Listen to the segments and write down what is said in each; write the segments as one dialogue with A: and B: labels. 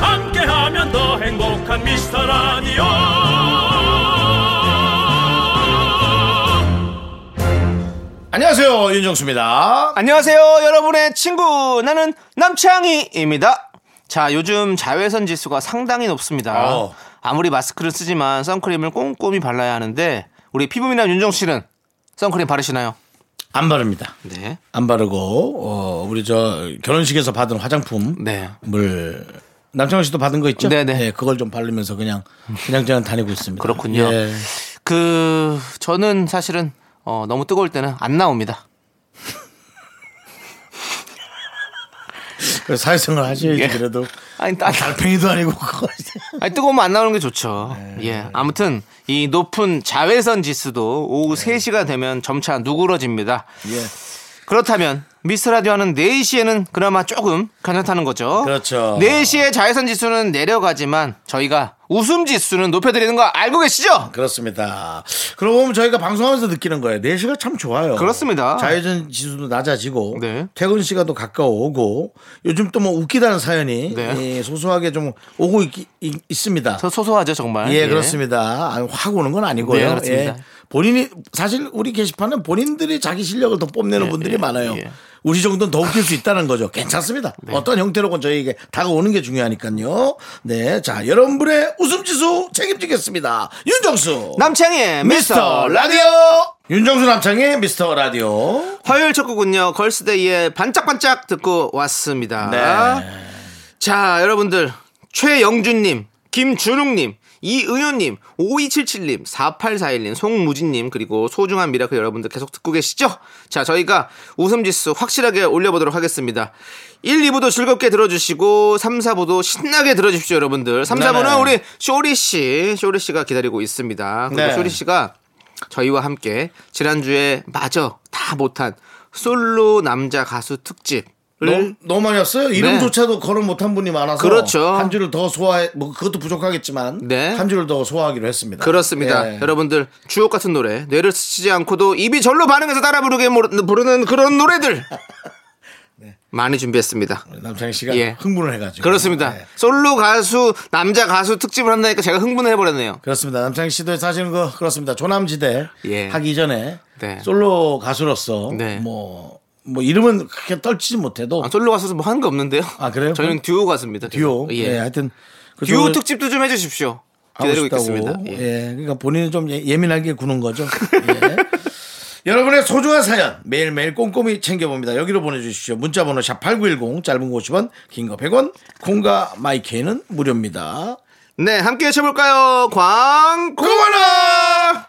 A: 함께하면 더 행복한 미스터 라디오
B: 안녕하세요 윤정수입니다.
C: 안녕하세요, 여러분의 친구. 나는 남창희입니다. 자, 요즘 자외선 지수가 상당히 높습니다.
B: 어.
C: 아무리 마스크를 쓰지만 선크림을 꼼꼼히 발라야 하는데, 우리 피부미남 윤정 씨는 선크림 바르시나요?
B: 안 바릅니다.
C: 네.
B: 안 바르고 어, 우리 저 결혼식에서 받은 화장품을
C: 네.
B: 남창현 씨도 받은 거 있죠?
C: 네네.
B: 예, 그걸 좀 바르면서 그냥 그냥 저냥 다니고 있습니다.
C: 그렇군요.
B: 예.
C: 그, 저는 사실은, 어, 너무 뜨거울 때는 안 나옵니다.
B: 그래서 사회생활 하셔야지
C: 예.
B: 그래도
C: 아니, 네. 나,
B: 달팽이도 아니고 그거
C: 아니 뜨거우면 안 나오는 게 좋죠. 예. 아무튼 이 높은 자외선 지수도 오후 3시가 되면 점차 누그러집니다.
B: 예.
C: 그렇다면 미스 라디오 하는 4시에는 그나마 조금 괜찮다는 거죠.
B: 그렇죠.
C: 4시에 자외선 지수는 내려가지만 저희가 웃음 지수는 높여 드리는 거 알고 계시죠?
B: 그렇습니다. 그러고 보면 저희가 방송하면서 느끼는 거예요. 4시가 참 좋아요.
C: 그렇습니다.
B: 자유전 지수도 낮아지고
C: 네.
B: 퇴근 시간도 가까워오고 요즘 또 뭐 웃기다는 사연이
C: 네.
B: 예, 소소하게 좀 오고 있, 있- 있습니다.
C: 저 소소하죠, 정말.
B: 예, 그렇습니다. 아, 확 오는 건 아니고요.
C: 아, 네, 그렇습니다.
B: 예. 본인이 사실 우리 게시판은 본인들이 자기 실력을 더 뽐내는
C: 예,
B: 분들이
C: 예,
B: 많아요.
C: 예. 네.
B: 우리 정도는 더 웃길 수 있다는 거죠. 괜찮습니다. 어떤 형태로건 저희에게 다가오는 게 중요하니까요. 네, 자 여러분의 웃음 지수 책임지겠습니다. 윤정수
C: 남창희의 네, 미스터
B: 미스터 라디오 윤정수 남창의 미스터 라디오.
C: 화요일 첫 곡은요 걸스데이의 반짝반짝 듣고 왔습니다
B: 네.
C: 자 여러분들 최영준님 김준욱님 이은효님 5277님 4841님 송무진님 그리고 소중한 미라클 여러분들 계속 듣고 계시죠 자 저희가 웃음지수 확실하게 올려보도록 하겠습니다 1, 2부도 즐겁게 들어주시고 3, 4부도 신나게 들어주십시오 여러분들 3,
B: 네네.
C: 4부는 우리 쇼리씨 쇼리씨가 기다리고 있습니다 그리고
B: 네.
C: 쇼리 씨가 저희와 함께 지난주에 마저 다 못한 솔로 남자 가수 특집을
B: 너무, 너무 많이 왔어요. 이름조차도 거론 못한 분이 많아서
C: 네. 그렇죠.
B: 한 줄을 더 소화해 뭐 그것도 부족하겠지만
C: 네.
B: 한 줄을 더 소화하기로 했습니다.
C: 그렇습니다.
B: 예.
C: 여러분들 주옥 같은 노래 뇌를 스치지 않고도 입이 절로 반응해서 따라 부르게 모르- 부르는 그런 노래들
B: 네.
C: 많이 준비했습니다.
B: 남창희 씨가
C: 예.
B: 흥분을 해가지고
C: 그렇습니다.
B: 예.
C: 솔로 가수 남자 가수 특집을 한다니까 제가 흥분을 해버렸네요.
B: 그렇습니다. 남창희 씨도 사실은 그 그렇습니다. 조남지대
C: 예.
B: 하기 전에
C: 네.
B: 솔로 가수로서
C: 네.
B: 뭐, 뭐 이름은 그렇게 떨치지 못해도
C: 아, 솔로 가수는 뭐 하는 거 없는데요.
B: 아, 그래요?
C: 저희는 듀오 가수입니다.
B: 듀오 예.
C: 예.
B: 하여튼
C: 듀오
B: 그쪽을
C: 특집도 좀 해주십시오.
B: 하고
C: 기다리고
B: 싶다고. 예.
C: 있겠습니다. 예.
B: 그러니까 본인은 좀 예- 예민하게 구는 거죠. 예. 여러분의 소중한 사연 매일매일 꼼꼼히 챙겨봅니다. 여기로 보내주십시오. 문자번호 샵8910 짧은 거 50원 긴 거 100원 콩과 마이케이는 무료입니다.
C: 네, 함께 외쳐볼까요? 광, 고마라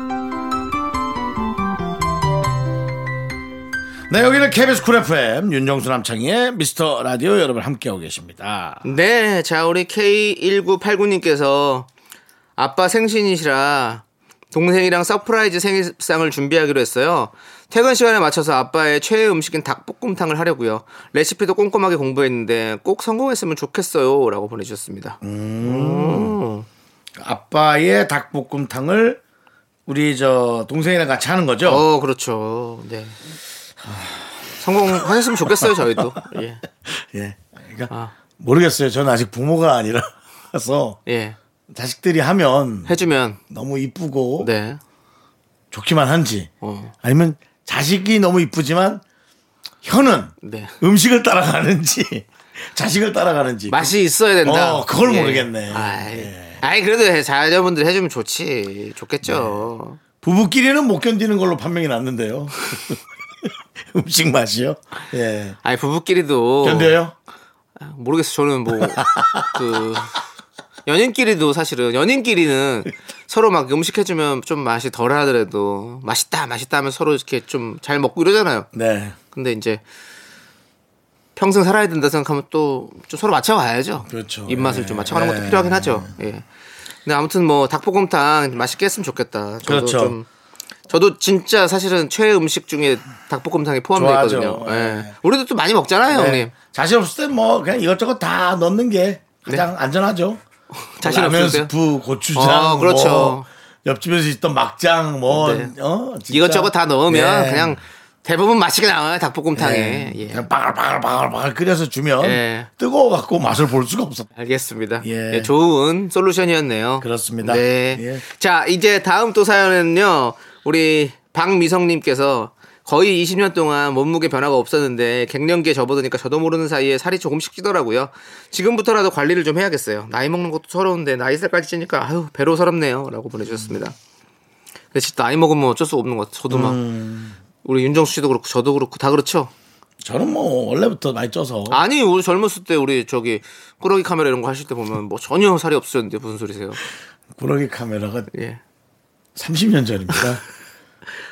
B: 네, 여기는 KBS 쿨 FM 윤정수 남창희의 미스터 라디오 여러분 함께하고 계십니다.
C: 네, 자 우리 K1989님께서 아빠 생신이시라 동생이랑 서프라이즈 생일상을 준비하기로 했어요. 퇴근 시간에 맞춰서 아빠의 최애 음식인 닭볶음탕을 하려고요. 레시피도 꼼꼼하게 공부했는데 꼭 성공했으면 좋겠어요라고 보내주셨습니다.
B: 아빠의 닭볶음탕을 우리 저 동생이랑 같이 하는 거죠?
C: 어, 그렇죠. 네. 성공하셨으면 좋겠어요, 저희도. 예.
B: 예. 그러니까
C: 아.
B: 모르겠어요. 저는 아직 부모가 아니라서
C: 예.
B: 자식들이 하면
C: 해주면
B: 너무 이쁘고
C: 네.
B: 좋기만 한지
C: 어.
B: 아니면 자식이 너무 이쁘지만 혀는
C: 네.
B: 음식을 따라가는지 자식을 따라가는지.
C: 맛이 있어야 된다. 예.
B: 어, 그걸 모르겠네.
C: 아이,
B: 예.
C: 아이, 그래도 자녀분들 해주면 좋지.
B: 네.
C: 좋겠죠.
B: 부부끼리는 못 견디는 걸로 판명이 났는데요. 음식 맛이요? 예.
C: 아니 부부끼리도
B: 견뎌요?
C: 모르겠어. 저는 뭐 그 연인끼리도 사실은 연인끼리는 서로 막 음식 해주면 좀 맛이 덜하더라도 맛있다 맛있다 하면 서로 이렇게 좀 잘 먹고 이러잖아요.
B: 네.
C: 근데 이제 평생 살아야 된다 생각하면 또 좀 서로 맞춰가야죠.
B: 그렇죠.
C: 입맛을
B: 예.
C: 좀 맞춰가는
B: 예.
C: 것도 필요하긴 하죠. 예. 근데 아무튼 뭐 닭볶음탕 맛있게 했으면 좋겠다. 저도
B: 그렇죠.
C: 좀 저도 진짜 사실은 최애 음식 중에 닭볶음탕이 포함되어
B: 좋아하죠.
C: 있거든요. 예.
B: 예.
C: 우리도 또 많이 먹잖아요,
B: 네.
C: 형님.
B: 자신 없을 때 뭐 그냥 이것저것 다 넣는 게
C: 네.
B: 가장 안전하죠.
C: 자신 없을
B: 라면
C: 때요?
B: 스프, 고추장,
C: 어, 그렇죠.
B: 뭐 옆집에서 있던 막장, 뭐
C: 네.
B: 어, 진짜.
C: 이것저것 다 넣으면
B: 네.
C: 그냥 대부분 맛있게 나와요 닭볶음탕에.
B: 네.
C: 예.
B: 그냥 바글바글바글바글 끓여서 주면
C: 예.
B: 뜨거워갖고 맛을 볼 수가 없어.
C: 알겠습니다.
B: 예.
C: 예, 좋은 솔루션이었네요.
B: 그렇습니다.
C: 네.
B: 예.
C: 자, 이제 다음 또 사연은요. 우리 박미성님께서 거의 20년 동안 몸무게 변화가 없었는데 갱년기에 접어드니까 저도 모르는 사이에 살이 조금씩 찌더라고요. 지금부터라도 관리를 좀 해야겠어요. 나이 먹는 것도 서러운데 나이 살까지 찌니까 아유 배로 서럽네요.라고 보내주셨습니다. 근데 진짜 나이 먹으면 어쩔 수 없는 것 같아요. 저도 막
B: 음.
C: 우리 윤정수 씨도 그렇고 저도 그렇고 다 그렇죠.
B: 저는 뭐 원래부터 많이 쪄서
C: 어? 아니 우리 젊었을 때 우리 저기 꾸러기 카메라 이런 거 하실 때 보면 뭐 전혀 살이 없었는데 무슨 소리세요?
B: 구러기 카메라가
C: 예.
B: 30년 전입니다.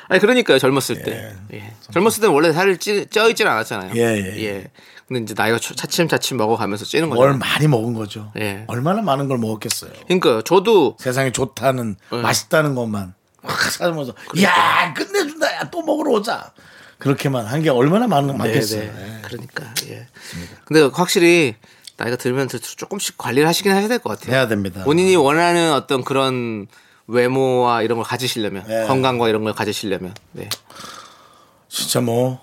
C: 아니 그러니까요 젊었을 때. 예. 젊었을 때는 원래 살을 찌, 쪄 있진 않았잖아요.
B: 예, 예, 예.
C: 근데 이제 나이가 차- 차츰차츰 먹어가면서 찌는 거죠.
B: 뭘 많이 먹은 거죠.
C: 예.
B: 얼마나 많은 걸 먹었겠어요.
C: 그러니까 저도
B: 세상에 좋다는
C: 예.
B: 맛있다는 것만 확 사면서 야 끝내준다 야 또 먹으러 오자 그렇게만 한 게 얼마나 많은 많겠어요.
C: 네. 그러니까 예. 근데 확실히 나이가 들면 들수록 조금씩 관리를 하시긴 하셔야 될 것 같아요.
B: 해야 됩니다.
C: 네. 본인이 원하는 어떤 그런 외모와 이런 걸 가지시려면
B: 예.
C: 건강과 이런 걸 가지시려면 네.
B: 진짜 뭐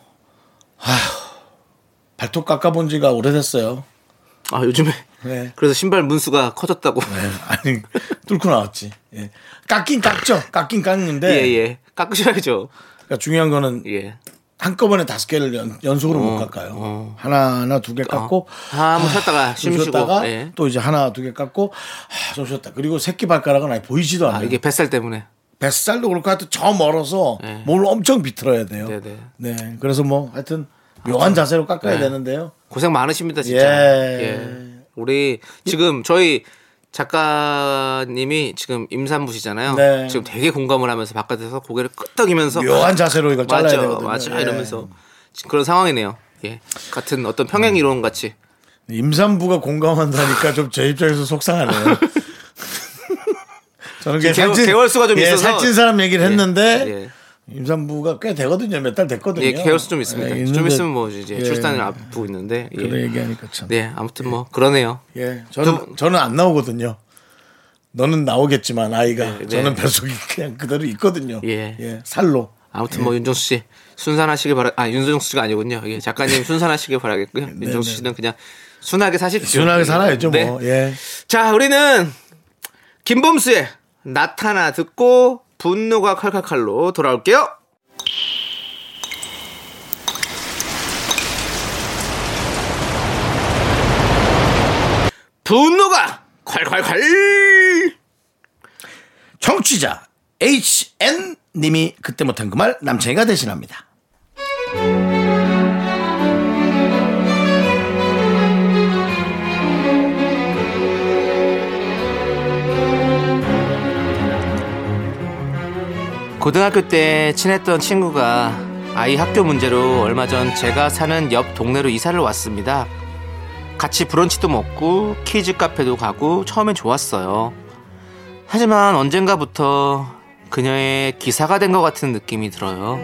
B: 아휴, 발톱 깎아본 지가 오래됐어요.
C: 아 요즘에
B: 네.
C: 그래서 신발 문수가 커졌다고
B: 예, 아니 뚫고 나왔지. 예. 깎긴 깎죠. 깎긴 깎는데
C: 예예 깎으셔야죠
B: 그러니까 중요한 거는
C: 예 어,
B: 한꺼번에 다섯 개를 연, 속으로못 깎아요. 하나나 두 개 깎고
C: 아, 한번 쉬었다가
B: 좀
C: 쉬고
B: 쉬었다가
C: 예.
B: 또 이제 하나 두 개 깎고 아, 좀 쉬었다. 그리고 새끼 발가락은 아예 보이지도 않아요.
C: 아, 이게 뱃살 때문에
B: 뱃살도 그렇고 하여튼 저 멀어서
C: 네.
B: 몸을 엄청 비틀어야 돼요.
C: 네, 네.
B: 네, 그래서 뭐 하여튼 묘한 자세로 깎아야
C: 네.
B: 되는데요.
C: 고생 많으십니다 진짜
B: 예.
C: 예. 우리 지금 저희 작가님이 지금 임산부시잖아요
B: 네.
C: 지금 되게 공감을 하면서 바깥에서 고개를 끄덕이면서
B: 묘한 자세로 이걸 잘라야
C: 맞아
B: 되거든요.
C: 맞아
B: 예.
C: 이러면서 지금 그런 상황이네요 예 같은 어떤 평행
B: 음.
C: 이론 같이
B: 임산부가 공감한다니까 좀 제 입장에서 속상하네요. 저는 그냥
C: 개월- 개월수가 좀
B: 예,
C: 있어서-
B: 살찐 사람 얘기를 했는데
C: 예, 예.
B: 임산부가 꽤 되거든요. 몇 달 됐거든요.
C: 예 개월수 좀 있습니다
B: 예,
C: 좀
B: 있는데-
C: 있으면 뭐 이제
B: 예.
C: 출산을 앞두고 있는데 예.
B: 그런 얘기하니까 참.
C: 네 아무튼 뭐 그러네요
B: 예, 저는 저는 안 나오거든요. 너는 나오겠지만 아이가
C: 네, 네.
B: 저는 뱃속이 그냥 그대로 있거든요.
C: 예.
B: 살로.
C: 아무튼 뭐 윤정수 씨 순산하시길 바라 아 윤정수 씨가 아니군요. 예, 작가님 순산하시길 바라겠고요. 윤정수 씨는 그냥 순하게 사십시오.
B: 네, 순하게 살아야죠
C: 네.
B: 뭐. 예.
C: 자, 우리는 김범수의 나타나 듣고 분노가 칼칼칼로 돌아올게요. 분노가 콸콸콸!
B: 청취자 HN 님이 그때 못한 그 말 남창이가 대신합니다.
C: 고등학교 때 친했던 친구가 아이 학교 문제로 얼마 전 제가 사는 옆 동네로 이사를 왔습니다. 같이 브런치도 먹고 키즈 카페도 가고 처음엔 좋았어요. 하지만 언젠가부터 그녀의 기사가 된 것 같은 느낌이 들어요.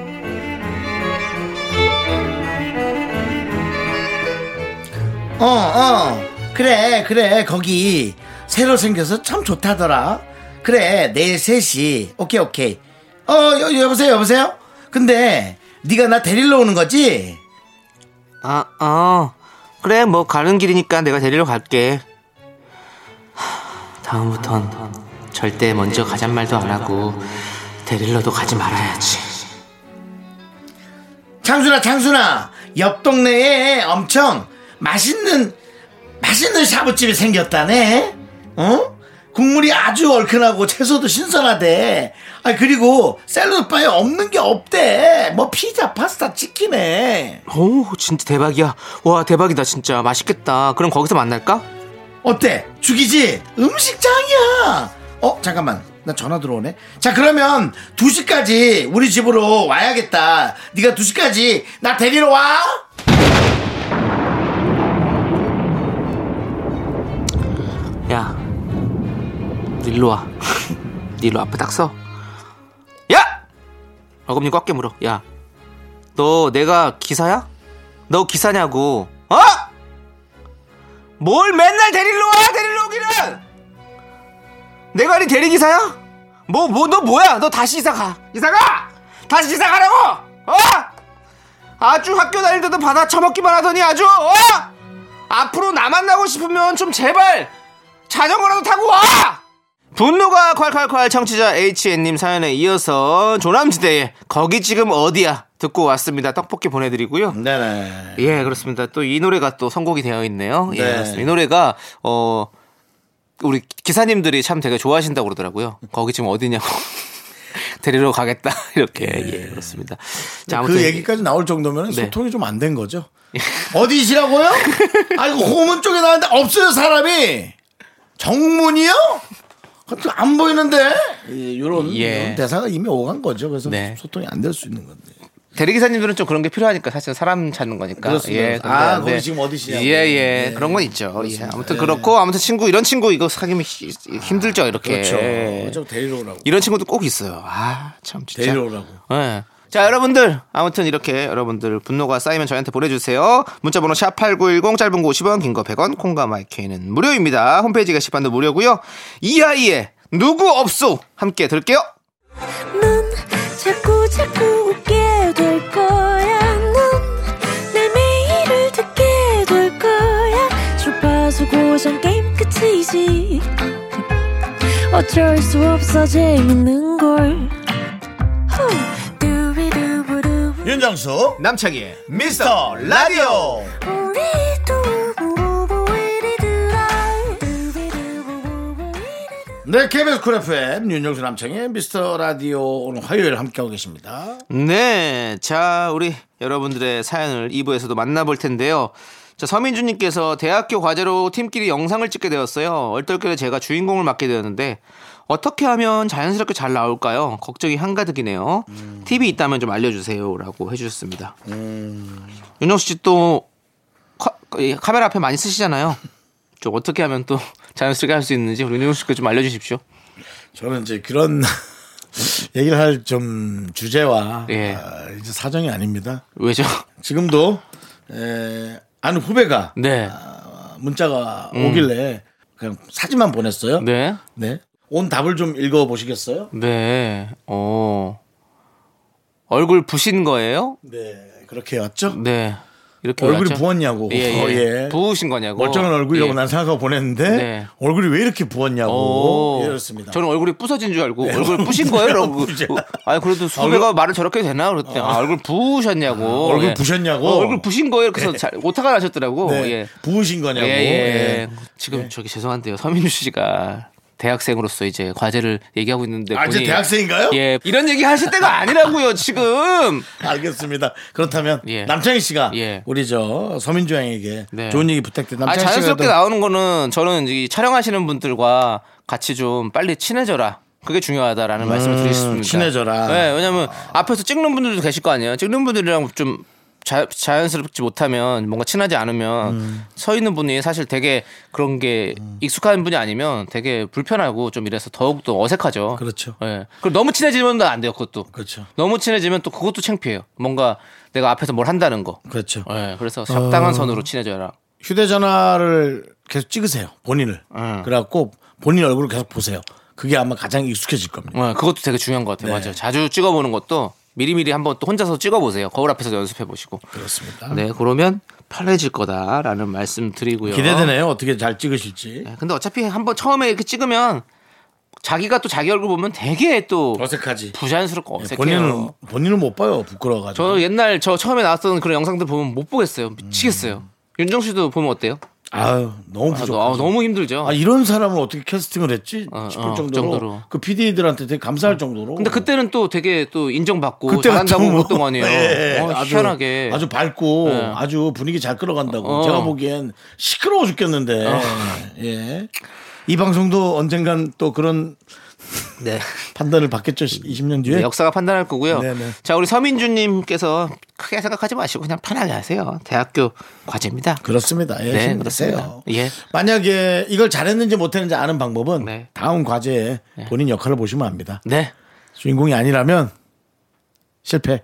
B: 어, 어. 그래, 그래. 거기 새로 생겨서 참 좋다더라. 그래, 내일 3시. 오케이, 오케이. 어, 여, 여보세요, 여보세요? 근데 네가 나 데리러 오는 거지?
C: 아, 어. 그래, 뭐 가는 길이니까 내가 데리러 갈게. 하, 다음부턴 절대 먼저 가잔 말도 안 하고 데릴러도 가지 말아야지.
B: 창순아, 창순아. 옆 동네에 엄청 맛있는 맛있는 샤브집이 생겼다네. 어? 국물이 아주 얼큰하고 채소도 신선하대. 아 그리고 샐러드 바에 없는 게 없대. 뭐 피자, 파스타, 치킨에.
C: 오, 진짜 대박이야. 와, 대박이다, 진짜. 맛있겠다. 그럼 거기서 만날까?
B: 어때? 죽이지? 음식 짱이야. 어 잠깐만. 나 전화 들어오네. 자 그러면 2시까지 우리 집으로 와야겠다. 네가 2시까지 나 데리러 와.
C: 야, 일로 와. 일로 앞에 딱 서. 야! 어금니 꽉 깨물어. 야, 너 내가 기사야? 너 기사냐고? 어? 뭘 맨날 데리러 와? 데리러 오기는! 내가 아니 대리기사야? 뭐, 뭐, 너 뭐야? 너 다시 이사 가. 이사 가! 다시 이사 가라고! 어? 아주 학교 다닐 때도 받아 처먹기만 하더니 아주, 어? 앞으로 나 만나고 싶으면 좀 제발 자전거라도 타고 와! 분노가 콸콸콸 청취자 HN님 사연에 이어서 조남지대의 거기 지금 어디야 듣고 왔습니다. 떡볶이 보내드리고요.
B: 네네.
C: 예, 그렇습니다. 또 이 노래가 또 선곡이 되어 있네요. 예,
B: 네.
C: 그렇습니다. 이 노래가 어 우리 기사님들이 참 되게 좋아하신다고 그러더라고요. 거기 지금 어디냐고. 데리러 가겠다. 이렇게. 예, 그렇습니다. 자, 아무튼
B: 네. 그 얘기까지 나올 정도면
C: 네.
B: 소통이 좀 안 된 거죠. 어디시라고요? 아이고 호문 쪽에 나왔는데 없어요 사람이. 정문이요? 그것도 안 보이는데 이런
C: 예.
B: 대사가 이미 오간 거죠. 그래서
C: 네.
B: 소통이 안 될 수 있는 건데.
C: 대리기사님들은 좀 그런 게 필요하니까 사실 사람 찾는 거니까.
B: 그렇습니다.
C: 예,
B: 아,
C: 근데
B: 거기 지금 어디시냐고. 네.
C: 예, 예.
B: 예.
C: 그런 건 있죠. 예. 아무튼 그렇고 아무튼 친구 이런 친구 이거 사귀면 히- 힘들죠, 이렇게.
B: 그렇죠.
C: 예.
B: 좀 데리러 오라고.
C: 이런 친구도 꼭 있어요. 아, 참 진짜.
B: 데리러 오라고.
C: 예. 자, 여러분들 아무튼 이렇게 여러분들 분노가 쌓이면 저희한테 보내 주세요. 문자 번호 샵8910 짧은 거 50원, 긴 거 100원, 콩과 마이크는 무료입니다. 홈페이지 게시판도 무료고요. 이하이의 누구 없소 함께 들을게요.
D: 넌 자꾸 자꾸 웃게 될 거야. 넌내 매일을 듣게 될 거야. 주파수 고정 게임 끝이지. 어쩔 수 없어 재밌는 걸. 후. 두비두부두.
B: 윤정수
C: 남창희의
B: 미스터 라디오.
D: 우리 두부부부 우리 두라. 두비두부부부 우리 두라.
B: 네 KBS 쿨 FM 윤정수 남창의 미스터 라디오 오늘 화요일 함께하고 계십니다.
C: 네. 자, 우리 여러분들의 사연을 2부에서도 만나볼 텐데요. 자, 서민주님께서 대학교 과제로 팀끼리 영상을 찍게 되었어요. 얼떨결에 제가 주인공을 맡게 되었는데, 어떻게 하면 자연스럽게 잘 나올까요? 걱정이 한가득이네요. 팁이 있다면 좀 알려주세요. 라고 해주셨습니다. 윤정수 씨 또 카메라 앞에 많이 쓰시잖아요. 좀 어떻게 하면 또 자연스럽게 할 수 있는지 우리 윤정수 씨께 좀 알려주십시오.
B: 저는 이제 그런 얘기를 할 좀 주제와
C: 예.
B: 아, 이제 사정이 아닙니다.
C: 왜죠?
B: 지금도 에, 아는 후배가
C: 네.
B: 아, 문자가 오길래 그냥 사진만 보냈어요. 네.
C: 네.
B: 온 답을 좀 읽어 보시겠어요?
C: 네. 어. 얼굴 부신 거예요?
B: 네. 그렇게 왔죠?
C: 네. 이렇게
B: 얼굴이
C: 올랐죠?
B: 부었냐고.
C: 예, 예.
B: 어, 예.
C: 부으신 거냐고.
B: 멀쩡한 얼굴이라고
C: 예.
B: 난 생각하고 보냈는데
C: 네.
B: 얼굴이 왜 이렇게 부었냐고
C: 오.
B: 이렇습니다. 네.
C: 저는 얼굴이 부서진 줄 알고 얼굴 부신 거예요? 라고.
B: 예,
C: 뭐,
B: 부시지 않아.
C: 아니 그래도 후배가 말을 저렇게 해도 되나 그랬더니 아, 얼굴 부으셨냐고.
B: 아, 얼굴
C: 예.
B: 부셨냐고?
C: 어, 얼굴 부신 거예요. 그래서 잘 오타가 나셨더라고.
B: 네.
C: 예.
B: 부으신 거냐고.
C: 예, 예.
B: 예.
C: 지금 저기 죄송한데요. 서민주 씨가 대학생으로서 이제 과제를 얘기하고 있는데
B: 아, 이제
C: 네, 본인이-
B: 대학생인가요?
C: 예. 이런 얘기 하실 때가 아니라고요, 지금.
B: 알겠습니다. 그렇다면
C: 예.
B: 남창희 씨가
C: 예.
B: 우리 저 서민주 양에게
C: 네.
B: 좋은 얘기 부탁드립니다.
C: 아,
B: 남창희
C: 자연스럽게
B: 씨가 또-
C: 나오는 거는 저는 이 촬영하시는 분들과 같이 좀 빨리 친해져라. 그게 중요하다라는 말씀을 드리고 싶습니다.
B: 음, 친해져라.
C: 네, 왜냐면 앞에서 찍는 분들도 계실 거 아니에요. 찍는 분들이랑 좀 자, 자연스럽지 못하면 뭔가 친하지 않으면
B: 음.
C: 서 있는 분이 사실 되게 그런 게 익숙한 분이 아니면 되게 불편하고 좀 이래서 더욱더 어색하죠.
B: 그렇죠.
C: 예. 그리고 너무 친해지면 안 돼요, 그것도.
B: 그렇죠.
C: 너무 친해지면 또 그것도 창피해요. 뭔가 내가 앞에서 뭘 한다는 거.
B: 그렇죠.
C: 예. 그래서 적당한 선으로 친해져라.
B: 휴대전화를 계속 찍으세요 본인을
C: 음.
B: 그래갖고 본인 얼굴을 계속 보세요 그게 아마 가장 익숙해질 겁니다
C: 네, 그것도 되게 중요한 것 같아요.
B: 네.
C: 맞아요. 자주 찍어보는 것도 미리미리 한번 또 혼자서 찍어보세요. 거울 앞에서 연습해 보시고.
B: 그렇습니다
C: 네, 그러면 편해질 거다라는 말씀 드리고요.
B: 기대되네요 어떻게 잘 찍으실지
C: 네, 근데 어차피 한번 처음에 이렇게 찍으면 자기가 또 자기 얼굴 보면 되게 또
B: 어색하지
C: 부자연스럽고
B: 네,
C: 어색해요.
B: 본인은 본인은 못 봐요 부끄러워가지고
C: 저 옛날 저 처음에 나왔던 그런 영상들 보면 못 보겠어요. 미치겠어요. 윤정 씨도 보면 어때요?
B: 아유 너무 음.
C: 아,
B: 부족.
C: 너- 아, 너무 힘들죠.
B: 아 이런 사람을 어떻게 캐스팅을 했지
C: 어,
B: 싶을
C: 어,
B: 정도로,
C: 정도로.
B: 그 PD들한테 되게 감사할 정도로.
C: 근데 그때는 또 되게 또 인정받고
B: 그때
C: 잘한다고
B: 같으면
C: 그랬던 거 아니에요.
B: 예,
C: 어,
B: 아주-
C: 희한하게.
B: 아주 밝고
C: 예.
B: 아주 분위기 잘 끌어간다고
C: 어.
B: 제가 보기엔 시끄러워 죽겠는데 예. 이 방송도 언젠간 또 그런
C: 네.
B: 판단을 받겠죠 20년 뒤에
C: 네, 역사가 판단할 거고요.
B: 예. 네네.
C: 자, 우리 서민주님께서 크게 생각하지 마시고 그냥 편하게 하세요. 대학교 과제입니다.
B: 그렇습니다. 예,
C: 네,
B: 힘내세요.
C: 그렇습니다. 예.
B: 만약에 이걸 잘했는지 못했는지 아는 방법은
C: 네.
B: 다음 과제에 본인 역할을 보시면 압니다.
C: 네.
B: 주인공이 아니라면 실패.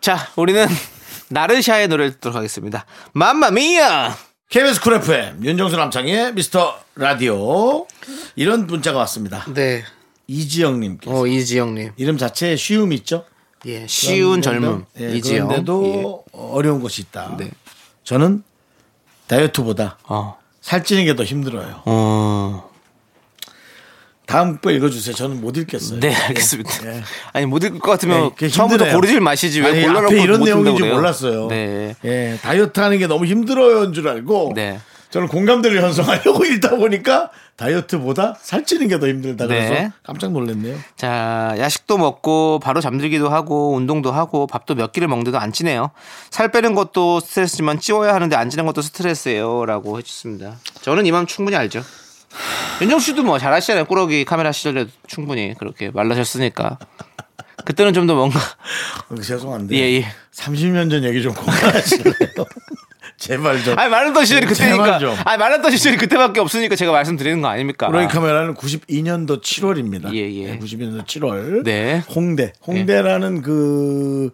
C: 자, 우리는 나르샤의 노래를 듣도록 하겠습니다. 맘마미야!
B: KBS 쿨 FM 윤정수 남창의 미스터 라디오 이런 문자가 왔습니다.
C: 네.
B: 이지영님께서
C: 어, 이지영님.
B: 이름 자체에 쉬움이 있죠.
C: 예. 쉬운 젊음.
B: 예,
C: 이지영. 예.
B: 그런데도 어려운 것이 있다.
C: 네.
B: 저는 다이어트보다
C: 어.
B: 살찌는 게 더 힘들어요.
C: 어.
B: 다음 거 읽어주세요. 저는 못 읽겠어요.
C: 네, 알겠습니다. 아니, 못 읽을 것 같으면
B: 뭐 그게
C: 처음부터
B: 예. 힘드네요.
C: 고르질 마시지. 왜
B: 아니,
C: 골라놓고
B: 앞에 이런
C: 못 읽는다고
B: 내용인지
C: 그래요?
B: 몰랐어요.
C: 네.
B: 예, 다이어트 하는 게 너무 힘들어요인 줄 알고
C: 네.
B: 저는 공감대를 형성하려고 읽다 보니까 다이어트보다 살찌는 게 더 힘들다 그래서
C: 네.
B: 깜짝 놀랐네요.
C: 자, 야식도 먹고 바로 잠들기도 하고 운동도 하고 밥도 몇 끼를 먹는데도 안 찌네요. 살 빼는 것도 스트레스지만 찌워야 하는데 안 찌는 것도 스트레스예요라고 해주셨습니다. 저는 이 마음 충분히 알죠. 윤정 씨도 뭐 잘하시잖아요. 꾸러기 카메라 시절에도 충분히 그렇게 말라셨으니까 그때는 좀 더 뭔가
B: 죄송한데
C: 예, 예.
B: 30년 전 얘기 좀 공감하실래요? 제발 좀.
C: 아니 마른던 시절이
B: 제발
C: 그때니까
B: 좀.
C: 아니 마른던 시절이 그때밖에 없으니까 제가 말씀드리는 거 아닙니까?
B: 브로이 카메라는 92년도 7월입니다. 네,
C: 예, 예.
B: 92년도 7월.
C: 네.
B: 홍대. 홍대라는 그,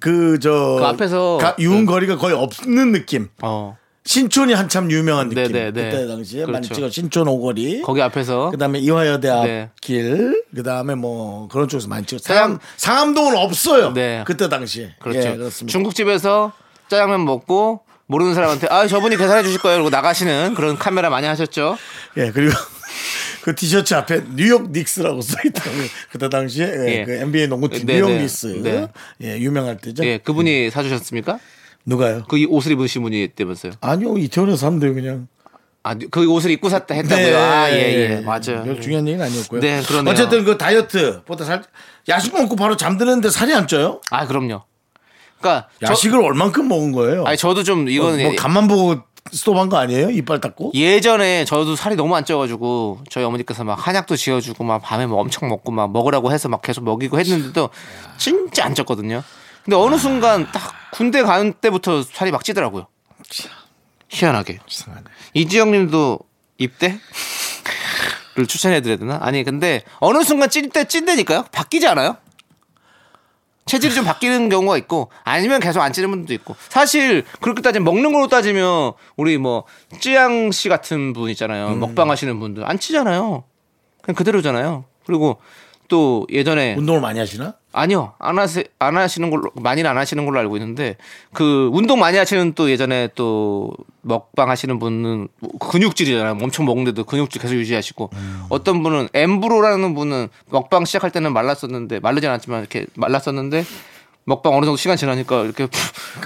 B: 그, 저.
C: 그 앞에서
B: 가- 유흥거리가 거의 없는 느낌.
C: 어
B: 신촌이 한참 유명한 느낌.
C: 네, 네, 네.
B: 그때 당시에 많이
C: 그렇죠.
B: 찍어 신촌 오거리.
C: 거기 앞에서
B: 그다음에 이화여대
C: 네.
B: 앞길. 그다음에 뭐 그런 쪽에서 많이 찍어.
C: 그다음-
B: 상암 상암동은 없어요.
C: 네.
B: 그때 당시에.
C: 그렇죠.
B: 예, 그렇습니다.
C: 중국집에서 짜장면 먹고 모르는 사람한테 아 저분이 계산해 주실 거예요. 그러고 나가시는 그런 카메라 많이 하셨죠.
B: 예, 그리고 그 티셔츠 앞에 뉴욕 닉스라고 써있다고요. 그때 당시에 예,
C: 예.
B: 그 NBA 농구팀
C: 네,
B: 뉴욕
C: 네.
B: 닉스
C: 네.
B: 예, 유명할 때죠.
C: 예, 그분이 사주셨습니까?
B: 누가요?
C: 그 이 옷을 입으신 분이 때면서요.
B: 아니요, 이태원에서 샀는데요, 그냥. 네.
C: 아, 그 옷을 입고 샀다 했다고요. 아, 예, 예, 맞아요.
B: 음, 별 중요한 얘기는 아니었고요.
C: 네, 그러네요.
B: 어쨌든 그 다이어트보다 살 야식 먹고 바로 잠드는데 살이 안 쪄요?
C: 아, 그럼요. 그러니까
B: 야식을 얼만큼 먹은 거예요?
C: 저, 아니 저도 좀 이거는 예.
B: 뭐 간만 보고 스톱한 거 아니에요? 이빨 닦고?
C: 예전에 저도 살이 너무 안 쪄가지고 저희 어머니께서 막 한약도 지어주고 막 밤에 뭐 엄청 먹고 막 먹으라고 해서 막 계속 먹이고 했는데도 진짜 안 쪘거든요. 근데 어느 순간 딱 군대 가는 때부터 살이 막 찌더라고요. 희한하게.
B: 이상하네.
C: 이지영님도 입대? 를 추천해드려야 되나? 아니 근데 어느 순간 찔때 찐다니까요? 바뀌지 않아요? 체질이 좀 바뀌는 경우가 있고 아니면 계속 안 찌는 분도 있고 사실 그렇게 따지면 먹는 걸로 따지면 우리 뭐 쯔양 씨 같은 분 있잖아요
B: 음.
C: 먹방 하시는 분들 안 찌잖아요 그냥 그대로잖아요 그리고 또 예전에
B: 운동을 많이 하시나?
C: 아니요 안 하시 안 하시는 걸로 많이는 안 하시는 걸로 알고 있는데 그 운동 많이 하시는 또 예전에 또 먹방 하시는 분은 뭐 근육질이잖아요 엄청 먹는데도 근육질 계속 유지하시고
B: 음.
C: 어떤 분은 엠브로라는 분은 먹방 시작할 때는 말랐었는데 마르진 않았지만 이렇게 말랐었는데 먹방 어느 정도 시간 지나니까 이렇게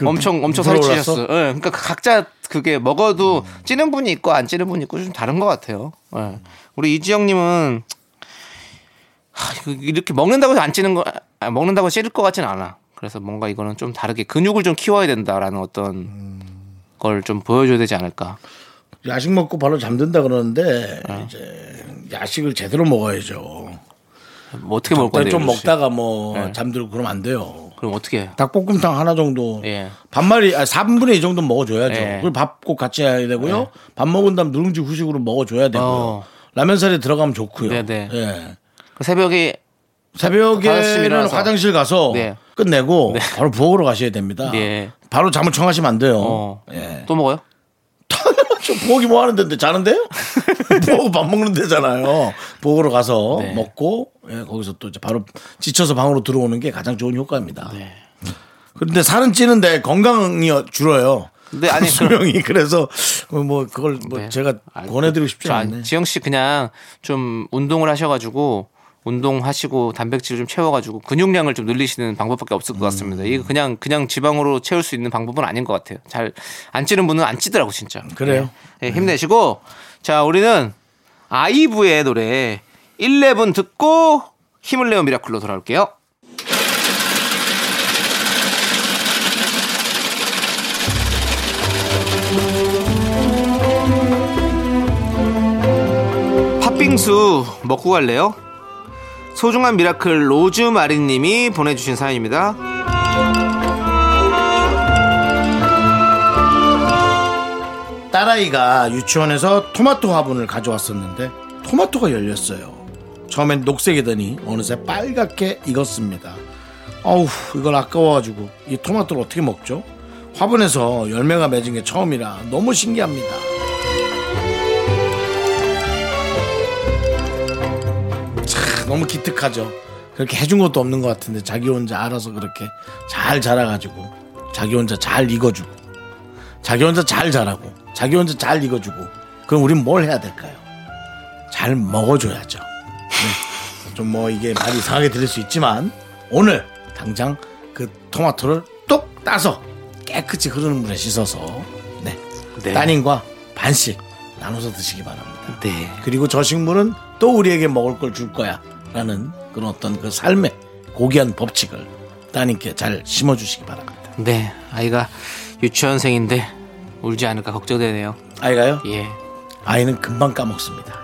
C: 엄청 엄청 살이
B: 그 불어올랐어? 음.
C: 찌셨어. 요 그러니까 각자 그게 먹어도 찌는 분이 있고 안 찌는 분이 있고 좀 다른 것 같아요. 예. 우리 이지영님은 하, 이거 이렇게 먹는다고 해서 안 찌는 거 아, 먹는다고 찌를 것 같진 않아. 그래서 뭔가 이거는 좀 다르게 근육을 좀 키워야 된다라는 어떤 걸 좀 보여줘야 되지 않을까.
B: 야식 먹고 바로 잠든다 그러는데
C: 아.
B: 이제 야식을 제대로 먹어야죠.
C: 뭐 어떻게 먹을 건데?
B: 좀
C: 요즘? 예.
B: 먹다가 뭐 잠들고 그러면 안 돼요.
C: 그럼 어떻게 해요?
B: 닭볶음탕 하나 정도
C: 예.
B: 반말이 아 4분의 2 정도 먹어줘야죠.
C: 예.
B: 그리고 밥 꼭 같이 해야 되고요. 밥 먹은 다음 누룽지 후식으로 먹어줘야 되고요.
C: 어.
B: 라면살이 들어가면 좋고요.
C: 네네.
B: 예.
C: 그 새벽에 다섯 시쯤
B: 새벽에는
C: 일어나서.
B: 화장실 가서
C: 네.
B: 끝내고 바로 부엌으로 가셔야 됩니다.
C: 네.
B: 바로 잠을 청하시면 안 돼요.
C: 어.
B: 예.
C: 또 먹어요?
B: 저 부엌이 뭐 하는 데인데 자는데요? 부엌 밥 먹는 데잖아요. 부엌으로 가서
C: 네.
B: 먹고 예, 거기서 또 이제 바로 지쳐서 방으로 들어오는 게 가장 좋은 효과입니다.
C: 네.
B: 그런데 살은 찌는데 건강이 줄어요.
C: 근데 아니,
B: 수명이 그래서 뭐 그걸 뭐
C: 네.
B: 제가
C: 아이고.
B: 권해드리고 싶지
C: 자,
B: 않네.
C: 지영 씨 그냥 좀 운동을 하셔가지고 운동하시고 단백질 좀 채워가지고 근육량을 좀 늘리시는 방법밖에 없을 것 같습니다.
B: 음.
C: 이거 그냥 그냥 지방으로 채울 수 있는 방법은 아닌 것 같아요. 잘 안 찌는 분은 안 찌더라고 진짜.
B: 그래요.
C: 예, 예, 힘내시고 자 우리는 아이브의 노래 11 듣고 힘을 내어 미라클로 돌아올게요. 팥빙수 먹고 갈래요? 소중한 미라클 로즈마리님이 보내주신 사연입니다.
B: 딸아이가 유치원에서 토마토 화분을 가져왔었는데 토마토가 열렸어요. 처음엔 녹색이더니 어느새 빨갛게 익었습니다. 어우 이걸 아까워가지고 이 토마토를 어떻게 먹죠? 화분에서 열매가 맺은 게 처음이라 너무 신기합니다. 참 너무 기특하죠. 그렇게 해준 것도 없는 것 같은데 자기 혼자 알아서 그렇게 잘 자라가지고 자기 혼자 잘 익어주고 자기 혼자 잘 자라고 자기 혼자 잘 익어주고 그럼 우린 뭘 해야 될까요? 잘 먹어줘야죠. 좀 뭐 이게 말이 이상하게 들릴 수 있지만 오늘 당장 그 토마토를 똑 따서 깨끗이 흐르는 물에 씻어서 네,
C: 네.
B: 따님과 반씩 나눠서 드시기 바랍니다.
C: 네.
B: 그리고 저 식물은 또 우리에게 먹을 걸 줄 거야 라는 그런 어떤 그 삶의 고귀한 법칙을 따님께 잘 심어주시기 바랍니다.
C: 네, 아이가 유치원생인데 울지 않을까 걱정되네요.
B: 아이가요?
C: 예.
B: 아이는 금방 까먹습니다.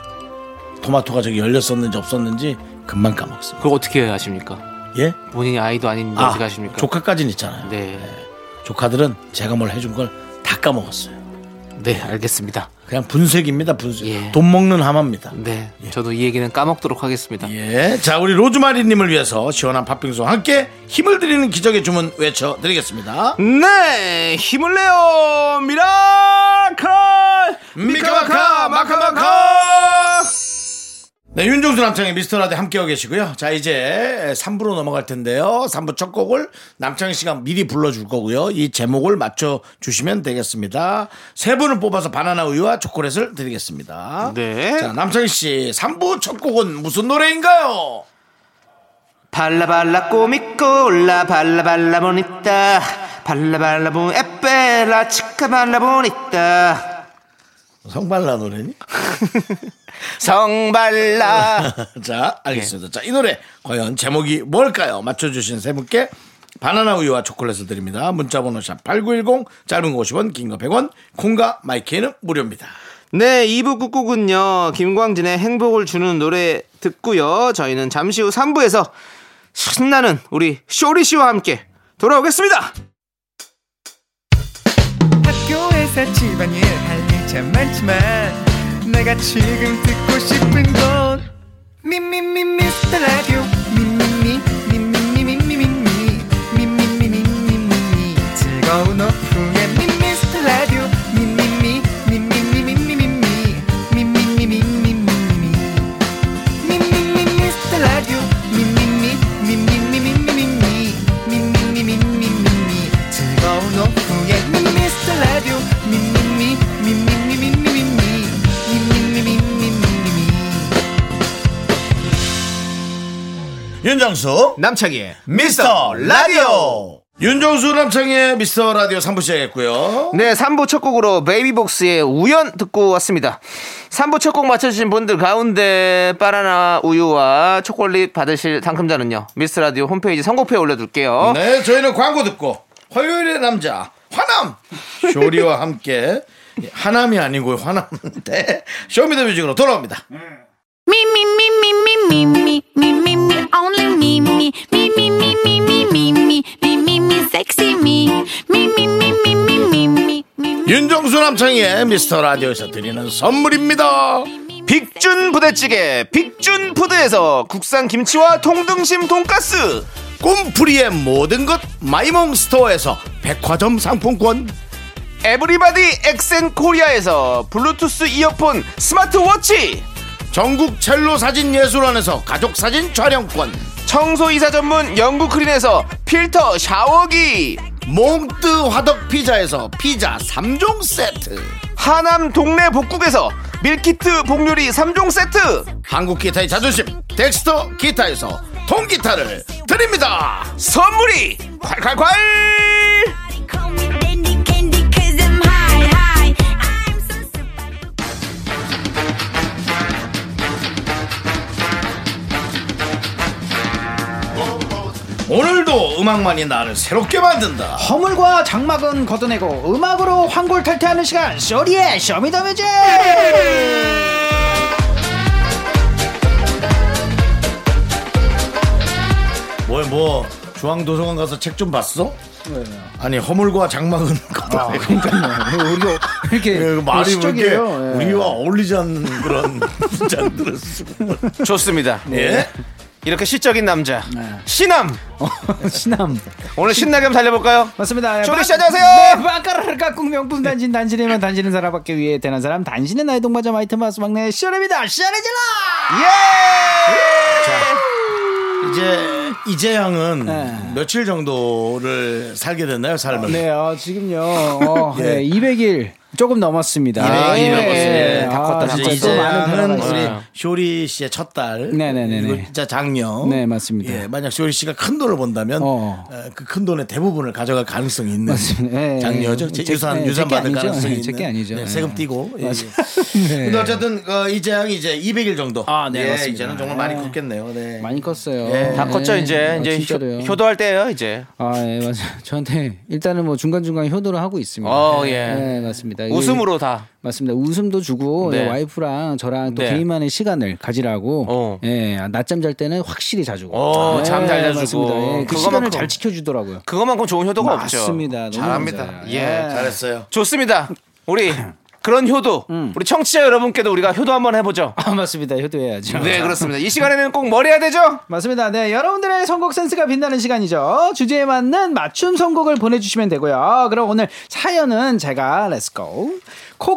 B: 토마토가 저기 열렸었는지 없었는지 금방 까먹습니다.
C: 그걸 어떻게 해야 하십니까?
B: 예?
C: 본인이 아이도 아닌데
B: 아,
C: 어떻게 하십니까?
B: 조카까지는 있잖아요.
C: 네.
B: 조카들은 제가 뭘 해준 걸 다 까먹었어요.
C: 네, 알겠습니다.
B: 그냥 분쇄기입니다, 분쇄.
C: 예.
B: 돈 먹는 하마입니다.
C: 네. 저도 이 얘기는 까먹도록 하겠습니다.
B: 예. 자, 우리 로즈마리님을 위해서 시원한 팥빙수와 함께 힘을 드리는 기적의 주문 외쳐드리겠습니다.
C: 네! 힘을 내요! 미라클!
B: 미카마카, 마카마카! 네, 윤종수 남창의 미스터라디 함께하고 계시고요. 자, 이제 3부로 넘어갈 텐데요. 3부 첫 곡을 남창희 씨가 미리 불러줄 거고요. 이 제목을 맞춰주시면 되겠습니다. 세 분을 뽑아서 바나나 우유와 초콜릿을 드리겠습니다.
C: 네.
B: 자, 남창희 씨, 3부 첫 곡은 무슨 노래인가요?
C: 발라발라 꼬미꼬라 발라발라 보니따 발라발라 보니 에빼라 치카발라 보니따
B: 성발라 노래니?
C: 성발라
B: 자, 알겠습니다. 자, 이 노래 과연 제목이 뭘까요? 맞춰주신 세 분께 바나나 우유와 초콜릿을 드립니다. 문자번호 샵 8910, 짧은 거 50원, 긴 거 100원, 콩과 마이크는 무료입니다.
C: 네 2부 꾹꾹은요 김광진의 행복을 주는 노래 듣고요 저희는 잠시 후 3부에서 신나는 우리 쇼리씨와 함께 돌아오겠습니다
E: 학교에서 집안일 할 일 참 많지만 내가 지금 듣고 싶은 건 미미미 미스터 라디오 미미미 미미미 미미미 미미미 미미미 즐거운 오후에 미스터 라디오 미미미 미미미 미미미 미미미 미미미 미미미 미스터 라디오 미미미 미미미 미미미 미미미 미미미 즐거운
F: 예,
E: 오후에 미스터 라디오 미미미 미미미 미미미 미미미 미미미
B: 윤정수,
C: 남창희의
B: 미스터 라디오! 윤정수 남창의 미스터 라디오 3부 시작했고요.
C: 네, 3부 첫 곡으로 베이비복스의 우연 듣고 왔습니다. 3부 첫 곡 맞춰주신 분들 가운데 바나나 우유와 초콜릿 받으실 당첨자는요. 미스라디오 홈페이지 선곡표에 올려둘게요.
B: 네, 저희는 광고 듣고 화요일의 남자 화남 쇼리와 함께 하남이 아니고 화남인데 쇼미더뮤직으로 돌아옵니다.
D: Me me me me me me me me me me only me me me me me me me me me me me me sexy me me me me me me me me me me
B: 윤정수 남창의 미스터 라디오에서 드리는 선물입니다.
C: 빅준 부대찌개, 빅준 푸드에서 국산 김치와 통등심 돈가스,
B: 꿈풀이의 모든 것 마이몽스토어에서 백화점 상품권
C: 에브리바디 엑센 코리아에서 블루투스 이어폰 스마트워치,
B: 전국 첼로 사진 예술원에서 가족 사진 촬영권
C: 청소이사 전문 영국 크린에서 필터 샤워기,
B: 몽뜨 화덕 피자에서 피자 3종 세트
C: 하남 동네 복국에서 밀키트 복요리 3종 세트
B: 한국 기타의 자존심 덱스터 기타에서 통기타를 드립니다
C: 선물이 콸콸콸
D: Call me Dandy Candy cause I'm high, high. I'm so super duper.
B: 오늘도 음악만이 나를 새롭게 만든다
F: 허물과 장막은 걷어내고 음악으로 환골탈태하는 시간 쇼리의 쇼미더뮤직
B: 뭐야 뭐 중앙도서관 가서 책 좀 봤어? 아니 허물과 장막은 걷어
F: 아, 우리가 이렇게
B: 예, 말이 왜 이렇게
F: 시적이에요. 예.
B: 우리와 어울리지 않는 그런 문장들을 쓰고
C: 좋습니다
B: 예?
C: 이렇게 시적인 남자 신남
F: 네. 어, 신남 네.
C: 오늘 신나게 한번 달려볼까요?
F: 맞습니다.
C: 쇼리 씨,
F: 바-
C: 안녕하세요.
F: 네, 바카라를 깍꿍 명품 단신 단신이면 단신은 살아밖에 위해 대한 사람 단신은 나의 동반자 마이트 마스 막내 쇼리입니다. 쇼리 질러.
C: 예!
B: 이제 이재양은
F: 네.
B: 며칠 정도를 살게 됐나요 삶을?
F: 네, 어, 지금요. 어,
B: 예.
F: 네, 200일 조금 넘었습니다.
B: 아,
F: 예,
B: 이백
F: 예,
B: 예,
F: 예.
B: 다
F: 아,
B: 컸다.
F: 진짜
B: 이제
F: 또 많은 변화가
B: 양은
F: 있어요.
B: 우리 쇼리 씨의 첫 딸.
F: 네네네네.
B: 그리고 진짜 장녀.
F: 네, 맞습니다.
B: 예, 만약 쇼리 씨가 큰 돈을 번다면
F: 어.
B: 그 큰 돈의 대부분을 가져갈 가능성이 있는
F: 맞습니다. 예, 예.
B: 장녀죠.
F: 제-
B: 유산
F: 네,
B: 유산
F: 제게
B: 받을
F: 아니죠.
B: 가능성이
F: 예, 제게
B: 있는.
F: 아니죠.
B: 네,
F: 예.
B: 세금 띄고. 예, 예.
F: 네.
B: 근데 어쨌든 어, 이재양이 이제 200일 정도.
F: 아, 네,
B: 예,
F: 맞습니다.
B: 이제는 정말 많이 컸겠네요. 네.
F: 많이 컸어요.
B: 예.
C: 다 컸죠 이제
F: 아,
C: 이제
F: 진짜로요.
C: 효, 도할 때예요 이제
F: 아, 예, 맞아요. 저한테 일단은 뭐 중간중간 효도를 하고 있습니다.
C: 어, 예.
F: 네, 맞습니다. 이게-
C: 웃음으로 다
F: 맞습니다. 웃음도 주고
C: 네.
F: 예, 와이프랑 저랑 또
C: 네.
F: 개인만의 시간을 가지라고.
C: 어.
F: 예, 낮잠 잘 때는 확실히 자주고.
C: 어, 잠잘 자주고.
F: 맞습니다. 예, 그
C: 그거만큼-
F: 시간을 잘 지켜주더라고요.
C: 그거만큼 좋은 효도가
F: 맞습니다.
C: 없죠
F: 너무
C: 잘합니다
F: 감사해요.
C: 예
F: 예.
B: 잘했어요.
C: 좋습니다 우리 그런 효도
F: 음.
C: 우리 청취자 여러분께도 우리가 효도 한번 해보죠
F: 아, 맞습니다. 효도해야죠.
C: 네 그렇습니다 이 시간에는 꼭 뭘 해야 되죠?
F: 맞습니다. 네, 여러분들의 선곡 센스가 빛나는 시간이죠. 주제에 맞는 맞춤 선곡을 보내주시면 되고요. 그럼 오늘 사연은 제가 렛츠고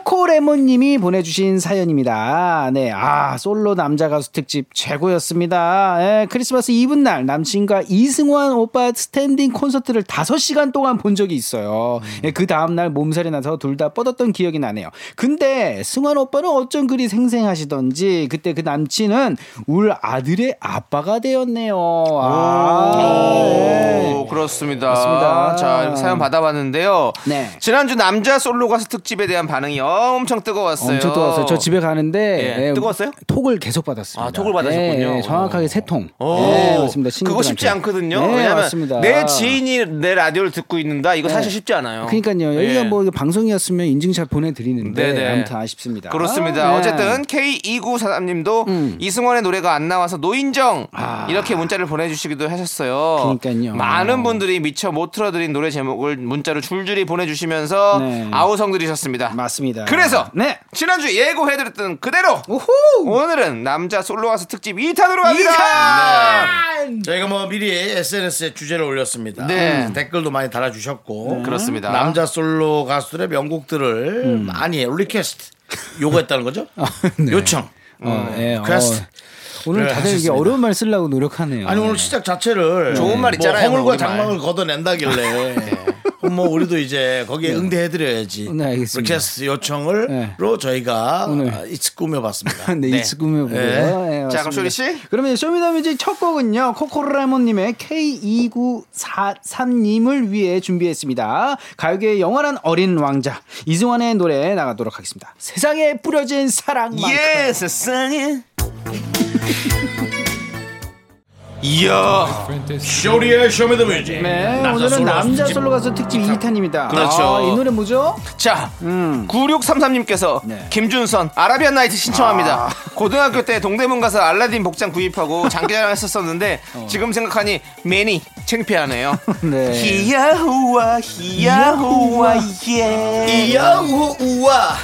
F: 코코레몬님이 보내주신 사연입니다. 네, 아 솔로 남자 가수 특집 최고였습니다. 예, 크리스마스 이브 날 남친과 이승환 오빠 스탠딩 콘서트를 5시간 동안 본 적이 있어요. 예, 그 다음날 몸살이 나서 둘 다 뻗었던 기억이 나네요. 근데 승환 오빠는 어쩜 그리 생생하시던지 그때 그 남친은 울 아들의 아빠가 되었네요. 아, 네.
C: 오, 그렇습니다.
F: 맞습니다.
C: 자, 이렇게 사연 받아봤는데요.
F: 네.
C: 지난주 남자 솔로 가수 특집에 대한 반응이 엄청 뜨거웠어요.
F: 엄청 뜨거웠어요. 저 집에 가는데
C: 예, 뜨거웠어요?
F: 톡을 계속 받았습니다.
C: 아, 톡을 받으셨군요.
F: 예, 예, 정확하게 세 통.
C: 오,
F: 예, 맞습니다.
C: 어,
F: 친구들한테.
C: 그거 쉽지 않거든요.
F: 네,
C: 왜냐면
F: 맞습니다. 네.
C: 내 지인이 내 라디오를 듣고 있는다. 이거 사실 쉽지 않아요.
F: 그러니까요.
C: 예.
F: 여기가 뭐 이게 방송이었으면 인증샷 보내드리는데
C: 네네.
F: 아무튼 아쉽습니다.
C: 그렇습니다.
F: 아, 네. 음.
C: 어쨌든 K2943님도 이승환의 노래가 안 나와서 노인정 이렇게 문자를 보내주시기도 하셨어요.
F: 아. 그러니까요.
C: 많은 분들이 미처 못 틀어드린 노래 제목을 문자로 줄줄이 보내주시면서
F: 네.
C: 아우성들이셨습니다.
F: 맞습니다.
C: 그래서 어,
F: 네.
C: 지난주 예고해드렸던 그대로
F: 오호.
C: 오늘은 남자 솔로 가수 특집 2탄으로 갑니다.
B: 저희가 뭐 미리 SNS에 주제를 올렸습니다.
C: 네.
B: 음, 댓글도 많이 달아주셨고
F: 네.
C: 그렇습니다.
B: 남자 솔로 가수들의 명곡들을 많이 리퀘스트 요구했다는 거죠? 요청.
C: 음,
F: 어, 예,
B: 퀘스트.
F: 어, 오늘
B: 네,
F: 다들 이게
B: 하셨습니다.
F: 어려운 말 쓰려고 노력하네요.
B: 아니 오늘 시작 자체를
C: 좋은 말 있잖아요,
B: 뭐 허물과
C: 거기 말.
B: 장막을 걷어낸다길래 그럼 뭐 우리도 이제 거기에 응대해드려야지.
F: 네, 알겠습니다.
B: 리퀘스트 요청을로
F: 네.
B: 저희가
F: 오늘.
B: 아, 이츠 꾸며봤습니다.
F: 네,
C: 네.
F: 이 지금해 보고요.
B: 예.
F: 예,
C: 자,
F: 맞습니다.
C: 그럼 쇼리 씨?
F: 그러면 쇼미더뮤직 첫 곡은요. 코코레몬님의 K2943님을 위해 준비했습니다. 가요계의 영원한 어린 왕자 이승환의 노래 나가도록 하겠습니다. 세상에 뿌려진 사랑만큼.
C: 예, 세상에. 이야.
B: 쇼리의 쇼미더뮤직.
F: 네,
B: 남자
F: 오늘은
B: 솔로
F: 남자
B: 가수
F: 솔로 가수 특집 2탄입니다. 아,
C: 그렇죠.
F: 이 노래 뭐죠?
C: 자,
F: 음.
C: 9633님께서
F: 네.
C: 김준선 아라비안 나이트 신청합니다. 고등학교 때 동대문 가서 알라딘 복장 구입하고 장기자랑 했었었는데
F: 어.
C: 지금 생각하니 매니 창피하네요.
F: 네.
C: 히야호와 히야호와 예.
B: 이야우 우와.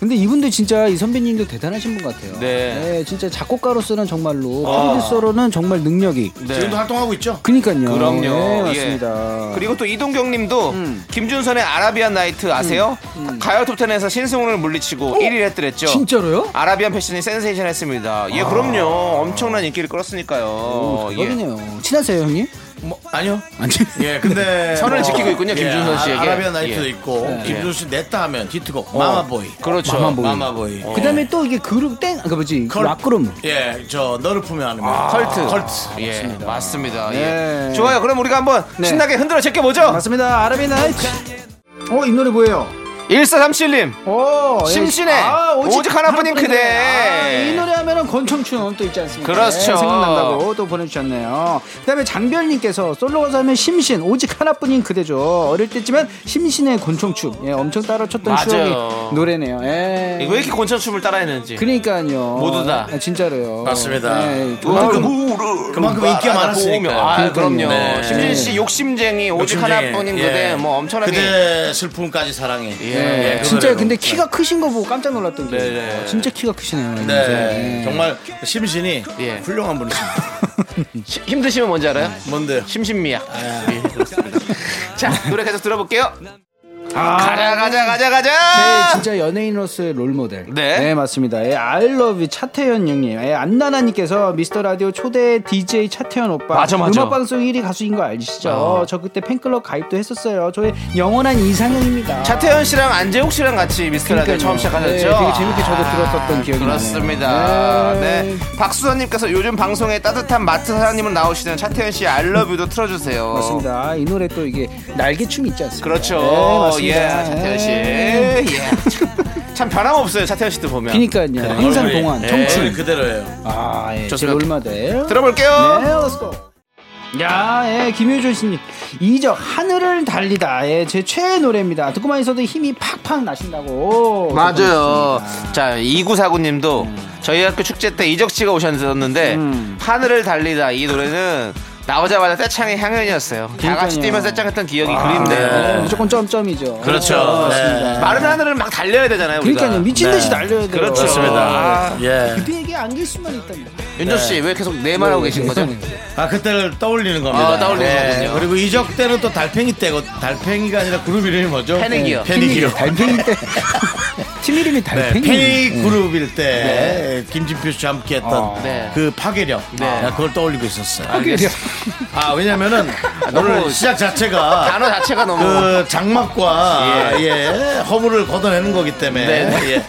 F: 근데 이분들 진짜 이 선배님들 대단하신 분 같아요.
C: 네.
F: 진짜 작곡가로서는 정말로 프로듀서로는 정말 능력이.
B: 지금도 활동하고 있죠?
F: 그니까요.
C: 네. 그럼요.
F: 네,
C: 예.
F: 맞습니다. 음.
C: 그리고 또 이동경 님도 김준선의 아라비안 나이트 아세요? 가요 톱텐에서 신승훈을 물리치고 1위를 했더랬죠.
F: 진짜로요?
C: 아라비안 패션이 센세이션 했습니다. 예, 그럼요. 엄청난 인기를 끌었으니까요.
F: 어, 여기네요. 친하세요 형님?
B: 뭐, 아니요.
F: 아니.
B: 예, 근데
C: 선을 지키고 있군요, 김준선 씨에게.
B: 아, 아라비안 나이트도
C: 예. 어,
B: 있고 김준선 씨 냈다 하면 히트곡 마마보이.
C: 그렇죠.
F: 마마보이.
B: 마마보이.
F: 그다음에 또 이게 그룹 땡 아까 뭐지
B: 컬-
F: 락그룹
B: 예, 저 너를 품에 안으면
C: 아. 컬트.
B: 컬트.
C: 예, 맞습니다.
F: 네.
C: 예. 좋아요. 그럼 우리가 한번
F: 네.
C: 신나게 흔들어 제껴보죠.
F: 맞습니다 아라비안 나이트 어이 노래 뭐예요?
C: 1437님.
F: 오 예.
C: 심신의 오직 하나뿐인 그대.
F: 아, 이 노래 하면은 건청춘 또 있지 않습니까?
C: 그렇죠.
F: 네, 생각난다고 또 보내주셨네요. 그다음에 장별님께서 솔로 가수하면 심신 오직 하나뿐인 그대죠. 어릴 때쯤엔 심신의 건청춘 예, 엄청 따라쳤던
C: 맞아요.
F: 추억이 노래네요. 예.
C: 왜 이렇게 곤천춤을 따라했는지.
F: 그러니까요.
C: 모두 다. 아,
F: 아, 진짜로요.
B: 맞습니다.
F: 예,
C: 그만큼,
B: 그만큼 인기가 많았으니까.
C: 아,
F: 그러니까요.
C: 그럼요.
B: 네.
C: 심진 씨 욕심쟁이 오직
B: 욕심쟁이.
C: 하나뿐인
B: 예.
C: 그대 뭐 엄청나게
B: 그대 슬픔까지 사랑해.
C: 예.
B: 그
F: 진짜
B: 노래로.
F: 근데 키가 크신 거 보고 깜짝 놀랐던 게
C: 네네.
F: 진짜 키가 크시네요.
B: 네.
F: 네.
B: 정말 심신이
C: 예.
B: 훌륭한 분이십니다.
C: 시- 힘드시면 뭔지 알아요?
B: 뭔데요?
C: 심신미약. 예, 그렇습니다. 자, 노래 계속 들어볼게요. 가자, 가자, 가자, 가자.
F: 제 예, 진짜 연예인으로서의 롤모델.
C: 아. 네.
F: 맞습니다. 예, 알러뷰 차태현 형님. 예, 안나나님께서 미스터 라디오 초대 DJ 차태현 오빠.
C: 맞아, 어. 맞아.
F: 음악방송 1위 가수인 거 아시죠? 저 그때 팬클럽 가입도 했었어요. 저의 영원한 이상형입니다.
C: 차태현 씨랑 안재욱 씨랑 같이 미스터라디오
F: 그러니까요.
C: 처음 시작하셨죠?
F: 네, 되게 재밌게 저도 들었었던 기억이
C: 그렇습니다.
F: 나네요.
C: 네.
F: 네.
C: 박수선님께서 요즘 방송에 따뜻한 마트 사장님을 나오시는 차태현 씨의 알러뷰도 틀어주세요.
F: 맞습니다. 아, 이 노래 또 이게 날개춤 있지 않습니까?
C: 그렇죠.
F: 네,
C: 예,
F: 맞습니다.
C: 차태현 씨.
F: 예.
C: 예. 참- 참 변함없어요, 차태현 씨도 보면.
F: 그니까요. 항상
B: 얼굴이.
F: 동안
B: 예,
F: 청춘.
B: 얼굴이 그대로예요.
F: 아, 예. 제
C: 좋습니다.
F: 롤모델.
C: 들어볼게요.
F: 네, 렛츠고. 야, 예, 김효준 씨님. 이적, 하늘을 달리다. 예, 제 최애 노래입니다. 듣고만 있어도 힘이 팍팍 나신다고.
C: 맞아요.
F: 보내주셨습니다.
C: 자, 2949님도 저희 학교 축제 때 이적 씨가 오셨는데
F: 음.
C: 하늘을 달리다 이 노래는 나오자마자 떼창의 향연이었어요. 다 같이
F: 그러니까요.
C: 뛰면서 떼창했던 기억이
F: 네,
C: 그립네요.
F: 무조건 점점이죠. 네,
B: 그렇죠.
F: 맞습니다.
C: 마른 하늘을 막 달려야 되잖아요. 우리가.
F: 그러니까요. 미친 듯이
B: 네.
F: 달려야 돼요.
C: 그렇죠.
B: 그렇습니다.
C: 아.
B: 예. 네.
F: 그대에게 안길 수만 있답니다.
C: 윤조 씨 왜 계속 내 말하고 계신 거죠?
B: 아 그때를 떠올리는 겁니다. 예.
C: 아, 떠올리는 거군요.
B: 그리고 이적 때는 또 달팽이 때고 달팽이가 아니라 그룹 이름이 뭐죠?
C: 패닉이요.
B: 패닉이요.
F: 달팽이 때. 팀 이름이
B: 네,
F: 달팽이.
B: 패닉 그룹일
F: 네.
B: 때 김진표 씨와 함께했던
F: 아.
C: 네.
B: 그 파괴력,
C: 네.
B: 아, 그걸 떠올리고 있었어요.
C: 알겠습니다.
B: 아 왜냐면은
C: 너무
B: 오늘 시작 자체가
C: 단어 자체가 너무
B: 그 장막과 예. 허물을 걷어내는 거기 때문에
C: 네.
B: 예.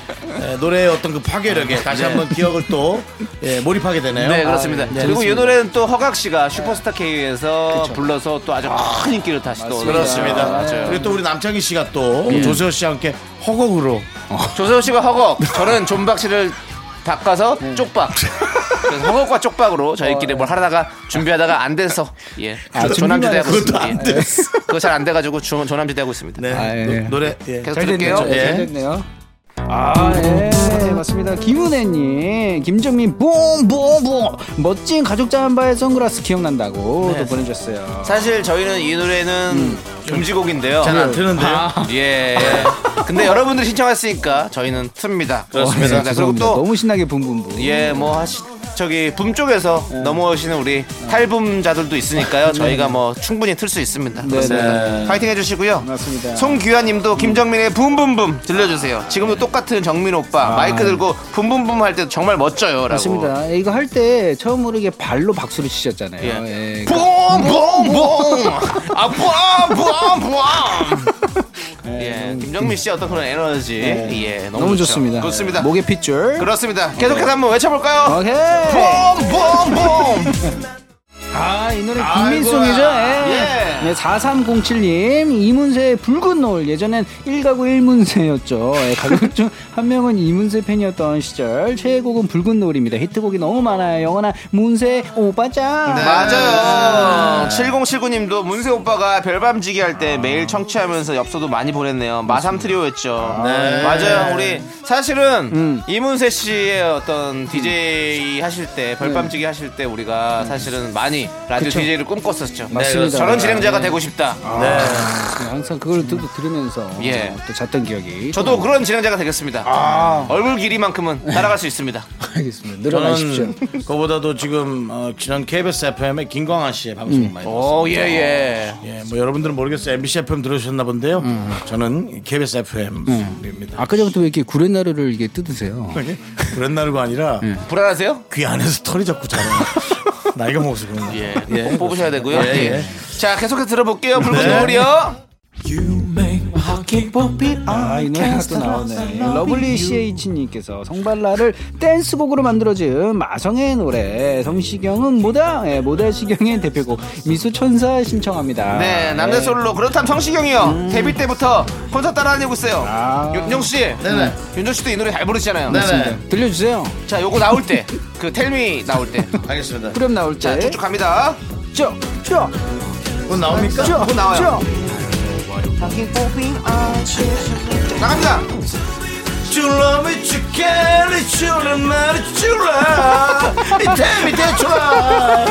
B: 예, 노래의 어떤 그 파괴력에 다시 한번 기억을 또 예, 몰입하게 되네요.
C: 네 그렇습니다.
B: 아, 예.
C: 그리고 이 노래는 또 허각 씨가 슈퍼스타 K에서 불러서 또 아주 큰 인기를 다시 또
B: 그렇습니다.
C: 맞아요. 예.
B: 그리고 또 우리 남창희 씨가 또 조세호 씨와 함께 허걱으로
C: 조세호 씨가 허걱, 저는 존박 씨를 닦아서 쪽박. 그래서 허걱과 쪽박으로 저희끼리 뭘 하다가 준비하다가 안 돼서 예 조남지대 하고
B: 그것도
C: 있습니다.
B: 안
C: 예. 그거 잘 안 돼가지고 조- 조남지대 하고 있습니다.
B: 네.
F: 아, 예.
B: 노- 노래 예.
C: 계속
F: 잘
C: 들을게요.
F: 됐네요. 잘
B: 예.
F: 됐네요. 아, 예, 맞습니다. 김은혜님, 김정민, 붐, 붐, 붐. 멋진 가죽 잠바의 선글라스 기억난다고
C: 네.
F: 또 보내주셨어요.
C: 사실 저희는 이 노래는 금지곡인데요. 네.
B: 잘 안 트는데요.
C: 예. 근데 여러분들 신청하셨으니까 저희는 틉니다.
B: 그렇습니다.
C: 어, 그리고
F: 네, 죄송합니다.
C: 또
F: 너무 신나게 붐붐붐.
C: 예, 뭐 하시 저기 붐 쪽에서
F: 네.
C: 넘어오시는 우리 탈붐자들도 있으니까요. 저희가 뭐 충분히 틀 수 있습니다. 그렇습니다. 파이팅 해주시고요.
F: 네, 맞습니다.
C: 송규환님도 김정민의 붐붐붐 들려주세요. 지금도 똑같은 정민 오빠 마이크 들고 붐붐붐 할 때도 정말 멋져요. 라고.
F: 아. 맞습니다. 예, 이거 할 때 처음 모르게 발로 박수를 치셨잖아요.
C: 예.
F: 예,
C: 붐붐붐 아 붐붐붐 예, 김정민 씨 어떤 그런 에너지 예, 너무,
F: 네, 너무
C: 좋죠.
F: 좋습니다.
C: 좋습니다.
F: 목에 핏줄.
C: 그렇습니다. 계속해서 한번 외쳐볼까요?
F: 오케이.
C: 붐붐붐
F: 아, 이 노래 국민송이죠? 예.
C: 예.
F: 네, 4307님, 이문세의 붉은 노을. 예전엔 1가구 1문세였죠. 예, 가족 중 한 명은 이문세 팬이었던 시절. 최애곡은 붉은 노을입니다. 히트곡이 너무 많아요. 영원한 문세 오빠짱.
C: 맞아요. 7079님도 문세 오빠가 별밤지기 할 때 매일 청취하면서 엽서도 많이 보냈네요. 마삼 트리오였죠. 네. 맞아요. 우리 사실은 이문세 씨의 어떤 DJ 하실 때 별밤지기 하실 때 우리가 사실은 많이 라디오 DJ를 꿈꿨었죠. 네,
F: 맞습니다.
C: 저런 진행자가
F: 네.
C: 되고 싶다.
F: 네, 항상 그걸 듣고 들으면서 어,
C: 예.
F: 또 잤던 기억이.
C: 저도 그런 진행자가 되겠습니다. 얼굴 길이만큼은 따라갈 수 있습니다.
F: 알겠습니다.
B: 저는
F: 늘어나십시오.
B: 그거보다도 지금 어, 지난 KBS FM의 김광한 씨의 방송을 많이 들었어요.
C: 오, 예, 예.
B: 예, 뭐 여러분들은 모르겠어요. MBC FM 들으셨나 본데요. 저는 KBS FM입니다.
F: 아까 전부터 왜 이렇게 구레나루를 이게 뜯으세요?
C: 음.
B: 그런 날이가 아니라
C: 불안하세요?
B: 귀 안에서 털이 자꾸 자라. 나이가 먹어서 그런 거.
C: 예,
B: 예,
C: 꼭 뽑으셔야 되고요.
B: 예,
C: 예.
B: 예.
C: 자, 계속해서 들어볼게요. 붉은
B: 네.
C: 노을이요.
F: 아, 이 노래가 또 나오네. 러블리 CH님께서 성발라를 댄스곡으로 만들어준 마성의 노래. 성시경은 뭐다? 예, 뭐다 시경의 대표곡. 미소천사 신청합니다.
C: 네, 남자
F: 예.
C: 솔로. 그렇다면 성시경이요.
B: 음.
C: 데뷔 때부터 콘서트 따라다니고 있어요.
F: 아.
C: 윤정 씨,
B: 네네.
C: 윤정 씨도 이 노래 잘 부르시잖아요.
B: 네네.
F: 들려주세요.
C: 자, 요거 나올 때, 그 텔미 나올 때,
B: 알겠습니다.
F: 후렴 나올 때.
C: 자, 쭉쭉 갑니다.
F: 쭉, 쭉,
B: 곧 나옵니까?
F: 쭉,
C: 곧 나와요.
F: 쭉.
C: 나갑니다.
B: You love me, you care, you love me, you love. 이 템이 대출아.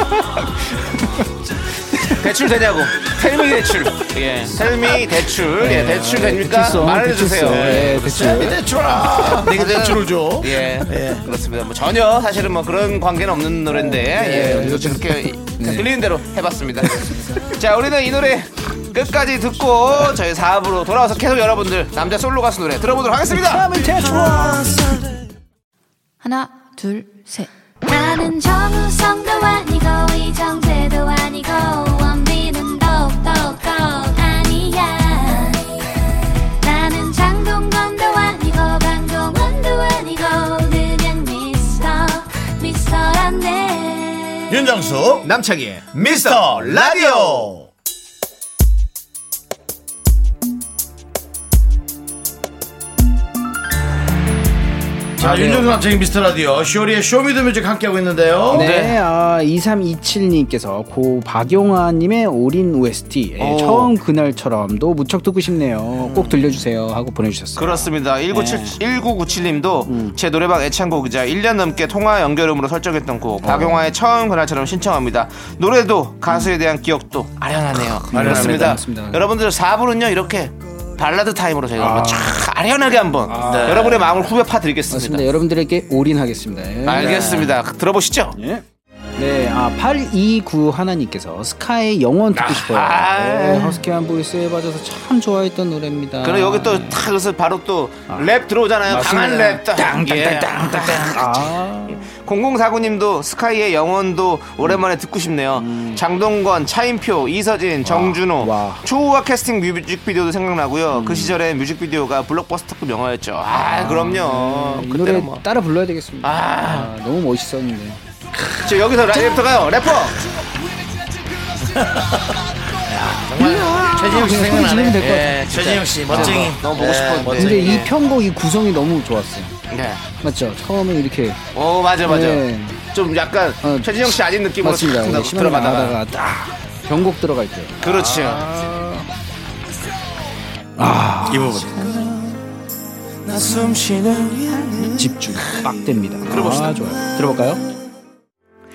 C: 대출 되냐고. 텔미 대출. 예, 텔미 대출. 예, 대출
B: 네,
C: 됩니까?
F: 대출성,
C: 말해주세요.
F: 대출성. 예,
B: 이
F: 대출.
B: 대출아. 내게 대출을 네, 줘.
C: 예,
B: 예.
C: 그렇습니다. 뭐 전혀 사실은 뭐 그런 관계는 없는 노래인데
B: 네,
C: 예, 우리도 그렇게 들리는 대로 해봤습니다. 자, 우리는 이 노래 끝까지 듣고 저희 4부로 돌아와서 계속 여러분들 남자 솔로 가수 노래 들어보도록 하겠습니다.
G: 하나, 둘, 셋.
D: 나는 정우성도 아니고 이정재도 아니고 원빈은 더욱더 아니야 나는 장동건도 아니고 강동원도 아니고 그냥 미스터 미스터란데
B: 윤정수
C: 남창희의
B: 미스터 라디오. 자, 윤정수 남창의 미스터 라디오 쇼리의 쇼미더뮤직 함께하고 있는데요.
F: 네, 아, 2327님께서 고 박용화님의 올인 OST 예, 처음 그날처럼도 무척 듣고 싶네요. 꼭 들려주세요 하고 보내주셨어요.
C: 네. 그렇습니다. 1997, 1997님도 제 노래방 애창곡이자 1년 넘게 통화 연결음으로 설정했던 곡 박용화의 처음 그날처럼 신청합니다. 노래도 가수에 대한 기억도 아련하네요.
F: 아련합니다.
C: 그렇습니다.
F: 맞습니다.
C: 여러분들 4부는요 이렇게 발라드 타임으로 저희가 한번 쫙 아련하게 한번
B: 네.
C: 여러분의 마음을 후벼파
F: 맞습니다.
C: 드리겠습니다.
F: 여러분들에게 올인하겠습니다. 예.
C: 알겠습니다. 들어보시죠.
F: 네, 아, 829 하나님께서 스카의 영원 듣고 싶어요. 네, 허스키한 보이스에 빠져서 참 좋아했던 노래입니다.
C: 그리고 여기 또 탁, 그래서 바로 또 랩 들어오잖아요. 강한 랩. 예. 땅땅땅땅땅.
F: 아,
C: 0049님도 스카이의 영원도 오랜만에 듣고 싶네요.
B: 음.
C: 장동건, 차인표, 이서진, 정준호,
F: 와.
C: 초우와 캐스팅 뮤직비디오도 생각나고요.
B: 음.
C: 그 시절에 뮤직비디오가 블록버스터급 영화였죠. 아, 그럼요.
B: 음,
F: 이 노래
C: 그때는 뭐.
F: 따라 불러야 되겠습니다.
C: 아.
F: 아, 너무 멋있었는데.
C: 저 여기서 랩터가요. 래퍼.
B: 최진영 씨
F: 지내면
B: 생각나네.
F: 될것 같아요.
C: 예, 진짜.
B: 최진영 씨 멋쟁이.
C: 뭐, 너무 보고
B: 예,
C: 싶었는데.
F: 근데
B: 멋쟁이.
F: 이 편곡 이 구성이 너무 좋았어요.
C: 네.
F: 맞죠? 처음에 이렇게
C: 오, 맞아, 맞아.
F: 네.
C: 좀 약간
F: 어,
C: 최진영 씨 아닌 느낌으로
F: 맞습니다.
C: 탁
F: 심하게
C: 들어가다가.
F: 나가다가 딱 경곡 들어갈 때.
C: 그렇죠.
B: 아. 이 부분.
F: 집중 빡 됩니다. 들어봅시다. 아, 좋아요. 들어볼까요?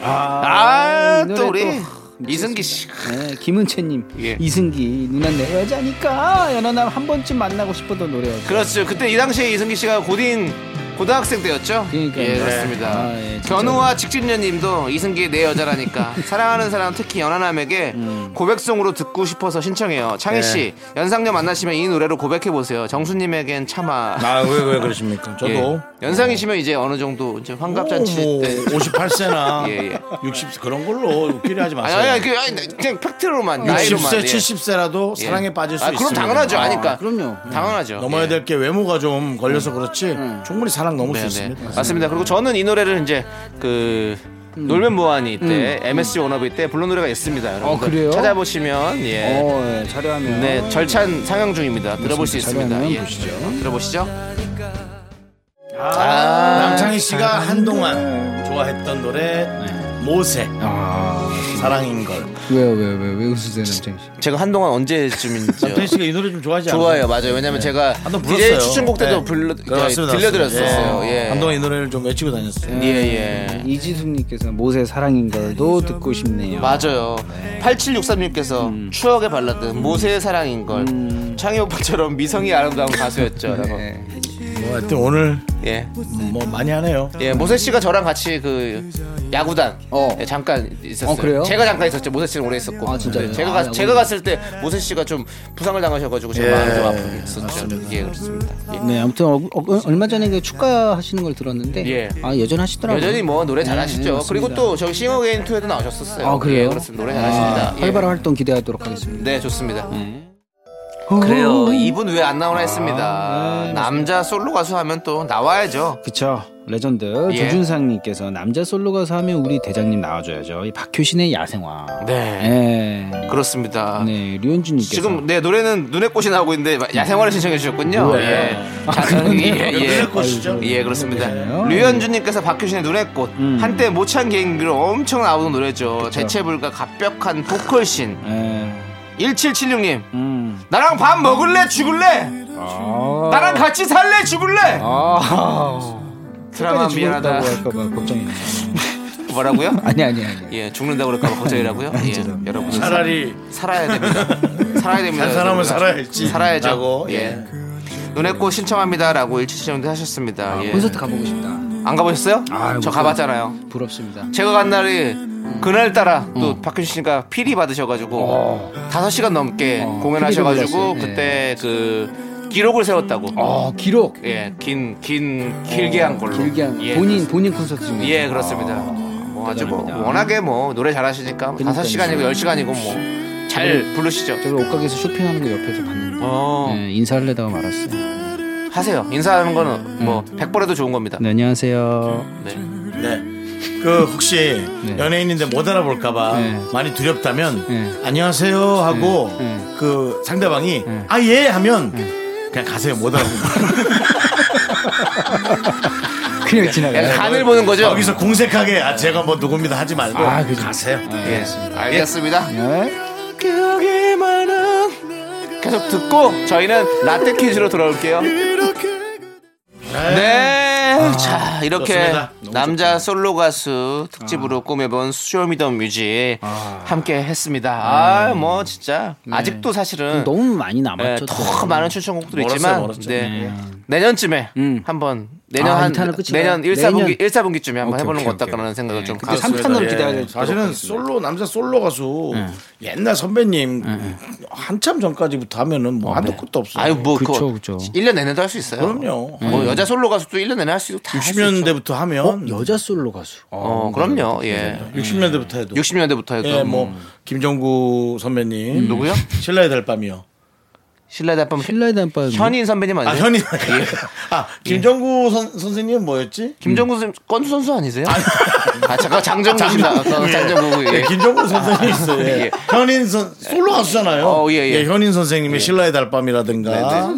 C: 아,
F: 이 노래
C: 또 우리
F: 또
C: 이승기 씨.
F: 네, 김은채님,
C: 예.
F: 이승기 누나 내 여자니까 연하남 한 번쯤 만나고 싶었던 노래였죠.
C: 그렇죠. 그때 이 당시에 이승기 씨가 고딩 고등학생 때였죠.
F: 그러니까요.
C: 예,
F: 네.
C: 그렇습니다.
F: 아, 예, 진짜.
C: 견우와 직진녀님도 이승기 내 여자라니까 사랑하는 사람 특히 연하남에게
F: 음.
C: 고백송으로 듣고 싶어서 신청해요. 창희 씨
F: 네.
C: 연상녀 만나시면 이 노래로 고백해 보세요. 정수님에겐 참아.
B: 아, 왜, 왜 그러십니까?
C: 예.
B: 저도.
C: 연상이시면 이제 어느 정도 이제 환갑잔치
B: 뭐
C: 때.
B: 58세나
C: 예, 예.
B: 60 그런 걸로 웃기려 하지
C: 아니
B: 마세요.
C: 아니 그 아니, 그냥 팩트로만 나이로만.
B: 60세,
C: 예.
B: 70세라도 사랑에 빠질 수
C: 아,
B: 있어요.
C: 그럼 당연하죠. 아니까.
F: 그럼요.
C: 당연하죠.
B: 넘어야
C: 예.
B: 될 게 외모가 좀 걸려서 그렇지 충분히 사랑 넘을 수
C: 음. 네, 네.
B: 있습니다.
C: 맞습니다. 그리고 저는 이 노래를 이제 그
B: 음.
C: 놀면 뭐하니 때 MSG 워너비 때 불른 노래가
B: 어,
C: 있습니다. 여러분
F: 그래요?
C: 찾아보시면 예.
F: 어, 예, 자료하면.
C: 네, 절찬 상영 중입니다. 들어볼 수 있습니다.
F: 자료하면
C: 예.
F: 보시죠.
C: 들어보시죠.
B: 아.
C: 아,
B: 남창희 씨가
C: 네.
B: 한동안 좋아했던 노래 모세
C: 음.
B: 사랑인 걸.
F: 아, 왜요, 왜요, 왜요, 왜 웃으세요, 남창희 씨?
C: 제가 한동안 언제쯤인지요?
B: 남창희 씨가 이 노래 좀 좋아하지 아, 않아요? 네.
C: 좋아요, 맞아요. 왜냐면 제가
B: 한동
C: DJ
B: 불렀어요.
C: 추천곡 때도
B: 네.
C: 불러 예,
B: 네, 맞습니다,
C: 들려드렸었어요.
B: 맞습니다.
C: 예.
B: 한동안 음. 이 노래를 좀 외치고 다녔어요.
C: 예, 예.
F: 이지숙님께서 모세 사랑인 걸도 듣고 싶네요. 음.
C: 맞아요. 8763님께서 추억의
F: 네.
C: 발라드 모세의 사랑인 걸 창희 오빠처럼 미성이 아름다운 가수였죠. 라고.
B: 뭐 하여튼 오늘
C: 예.
B: 뭐 많이 하네요.
C: 예, 모세 씨가 저랑 같이 그 야구단
F: 어.
C: 예, 잠깐 있었어요.
F: 어, 그래요?
C: 제가 잠깐 있었죠. 모세 씨는 오래 있었고.
F: 아, 진짜요?
C: 네, 제가
F: 아,
C: 가,
F: 야구단.
C: 제가 갔을 때 모세 씨가 좀 부상을 당하셔가지고 제
B: 예,
C: 마음이 좀 아프게 했었죠.
B: 맞습니다.
C: 예, 그렇습니다. 예.
F: 네, 아무튼 어, 어, 얼마 전에 그 축가 하시는 걸 들었는데
C: 예.
F: 아 여전하시더라고요.
C: 여전히 뭐 노래
F: 네,
C: 잘하시죠.
F: 맞습니다.
C: 그리고 또 저기 싱어 게인 투에도 나오셨었어요.
F: 아 그래요?
C: 예, 그렇습니다. 노래 잘하십니다.
F: 아,
C: 예.
F: 활발한 활동 기대하도록 하겠습니다.
C: 네, 좋습니다.
F: 어.
C: 그래요. 이분 왜 안 나오나 했습니다. 남자 솔로 가수 하면 또 나와야죠.
F: 그쵸 레전드
C: 예.
F: 조준상님께서 남자 솔로 가서 하면 우리 대장님 나와줘야죠. 이 박효신의 야생화.
C: 네,
F: 네.
C: 그렇습니다.
F: 네, 류현진님께서
C: 지금 내 노래는 눈의 꽃이 나오고 있는데 야생화를 신청해 주셨군요. 예. 자, 예, 예.
B: 눈의 꽃이죠.
C: 예, 그렇습니다.
F: 그러네요.
C: 류현주님께서 박효신의 눈의 꽃 한때 모창 개인기로 엄청 나오던 노래죠. 대체불가 갑벽한 보컬신.
F: 예.
C: 1776님
F: 음.
C: 나랑 밥 먹을래 죽을래
F: 어.
C: 나랑 같이 살래 죽을래 드라마
F: 아. 끝까지
C: 미안하다
F: 아, 죽었다고 할까봐 걱정이네.
C: 뭐라고요?
F: 아니 아니 아니.
C: 예 죽는다고 그럴까봐 걱정이라고요? 예, 여러분
B: 차라리
C: 살아야 됩니다. 살아야 됩니다.
B: 살 사람은
C: 여러분.
B: 살아야지.
C: 살아야죠.
B: 라고,
C: 예. 눈에 꽃 신청합니다라고 일치시정도 하셨습니다. 예.
F: 콘서트 가보고 아, 싶다.
C: 안 가보셨어요?
F: 아유,
C: 저
F: 무슨-
C: 가봤잖아요.
F: 부럽습니다.
C: 제가 간 날이 그날 따라 또
F: 어.
C: 박효신 씨가 필이 받으셔가지고 다섯 시간 넘게
F: 어.
C: 공연하셔가지고
F: 피리를
C: 그때 그 기록을 세웠다고.
F: 어 기록
C: 예, 긴, 긴, 길게 한 걸로.
F: 길게 한
C: 예,
F: 본인 본인 콘서트 중에
C: 예, 그렇습니다. 뭐 아주 뭐
F: 대단합니다.
C: 워낙에 뭐 노래 잘하시니까 뭐 다섯
F: 그러니까요.
C: 시간이고 열 시간이고 뭐 잘 부르시죠.
F: 저를 옷가게에서 쇼핑하는 거 옆에서 봤는데
C: 어.
F: 네, 인사를 내다가 말았어요.
C: 하세요. 인사하는 거는 뭐 백번에도 좋은 겁니다.
F: 네, 안녕하세요.
C: 네.
B: 네. 그 혹시 연예인인데 못 알아볼까봐
F: 네.
B: 많이 두렵다면
F: 네.
B: 안녕하세요 하고 그 상대방이 아 예 하면
F: 네.
B: 그냥 가세요 못 알아보고
F: 그냥 지나가요.
C: 그냥 네. 간을 보는 거죠.
B: 여기서 공색하게 아 제가 뭐 누굽니다 하지 말고
F: 아, 그죠.
B: 가세요.
C: 예. 알겠습니다.
F: 네.
C: 계속 듣고 저희는 라떼 퀴즈로 돌아올게요. 네. 자, 이렇게
B: 아, 좋습니다. 아.
C: 남자 솔로 가수 특집으로 꾸며본 쇼미더 뮤직 함께 했습니다.
B: 음.
C: 아, 뭐 진짜
B: 네.
C: 아직도 사실은
F: 너무 많이
C: 예,
F: 남았죠.
C: 더
F: 또.
C: 많은 추천곡들이
B: 멀었어요,
C: 있지만
B: 멀었죠.
C: 네. 내년쯤에 한번 내년
F: 음. 아,
C: 한
F: 이탄을 끝이구나.
C: 내년 1사분기
F: 내년.
C: 1사분기쯤에 한번
F: 오케이,
C: 해보는 거
F: 오케이,
C: 어떨까라는 생각을 좀
B: 네.
F: 그때
C: 갖고 있습니다.
F: 3탄으로
C: 예.
F: 기대하게 될
B: 사실은 솔로 남자 솔로 가수
F: 네.
B: 옛날 선배님 한참 전까지부터 하면은 뭐
F: 네.
B: 한도 끝도 없어요.
C: 아유 뭐 그거
F: 그쵸, 그쵸.
C: 1년 내내도 할 수 있어요.
B: 그럼요.
C: 뭐 여자 솔로 가수도 1년 내내 할 수 있고 다. 할수 있죠.
B: 60년대부터 하면
F: 어, 여자 솔로 가수.
C: 어, 그럼요. 예.
B: 60년대부터 해도
C: 60년대부터 해도
B: 네. 예, 뭐 김정구 선배님
C: 음. 누구요?
B: 신라의 달밤이요.
C: 신라의 답밤
F: 신라의 단발.
C: 현인 선배님 아니에요?
B: 아 현이
C: 예.
B: 아 김정구 선 선생님 뭐였지?
C: 김정구 선수 건수 선수 아니세요? 아 잠깐 장정구입니다. 장정구.
B: 예,
C: 예.
B: 김정구 선생님 있어요. 예.
C: 예.
B: 현인 선 솔로 가수잖아요.
C: 어, 예, 예.
B: 현인 선생님의 신라의 달밤이라든가 예. 뭐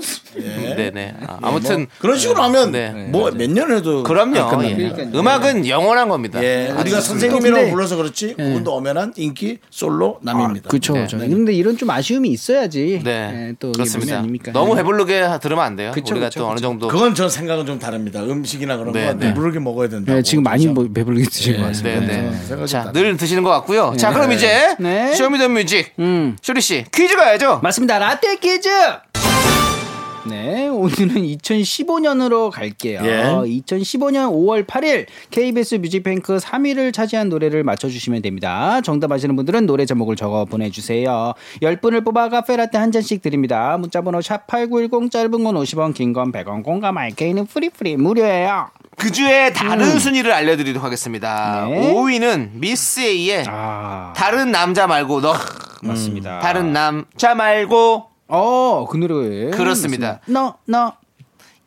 C: 네네. 아, 아무튼
B: 그런 식으로 하면
C: 네.
B: 뭐 몇 년을 해도
F: 아,
B: 안
C: 그럼요.
B: 끝납니다.
C: 예. 음악은 영원한 겁니다.
B: 예,
C: 아주
B: 우리가
C: 좋습니다. 예.
B: 선생님이라고
F: 근데-
B: 불러서 그렇지 그분도 엄연한 인기 솔로 남입니다.
F: 그렇죠.
C: 네.
F: 그렇죠. 근데 이런 좀 아쉬움이 있어야지.
C: 네.
F: 예, 또 이게
C: 그렇습니다.
F: 문제 아닙니까? 네.
C: 너무 배부르게 들으면 안 돼요.
F: 그쵸,
C: 우리가
F: 그쵸,
C: 또 어느 정도
B: 그건 전 생각은 좀 다릅니다. 음식이나 그런
C: 네,
B: 건
C: 네.
B: 부르게 먹어야 그렇죠? 된다.
F: 네, 지금 많이 뭐 배불리 드신 것 같습니다.
C: 네, 네.
B: 생각이
C: 자,
B: 다르네.
C: 늘 드시는 것 같고요. 자, 그럼 이제
F: 네.
C: 쇼미더뮤직
F: 음.
C: 쇼리 씨 퀴즈 가야죠.
F: 맞습니다. 라떼 퀴즈. 네, 오늘은 2015년으로 갈게요.
B: 예.
F: 2015년 5월 8일 KBS 뮤직뱅크 3위를 차지한 노래를 맞춰주시면 됩니다. 정답 아시는 분들은 노래 제목을 적어 보내주세요. 10분을 뽑아 카페라떼 한 잔씩 드립니다. 문자번호 샵8910 짧은 건 50원, 긴 건 100원, 공감 IK는 프리프리 무료예요.
C: 그 주에 다른 순위를 알려드리도록 하겠습니다.
F: 음. 네.
C: 5위는 미스 A의
F: 아,
C: 다른 남자 말고 너
F: 음, 맞습니다.
C: 다른 남자 말고
F: 어, 그 노래.
C: 그렇습니다.
F: 너, 너.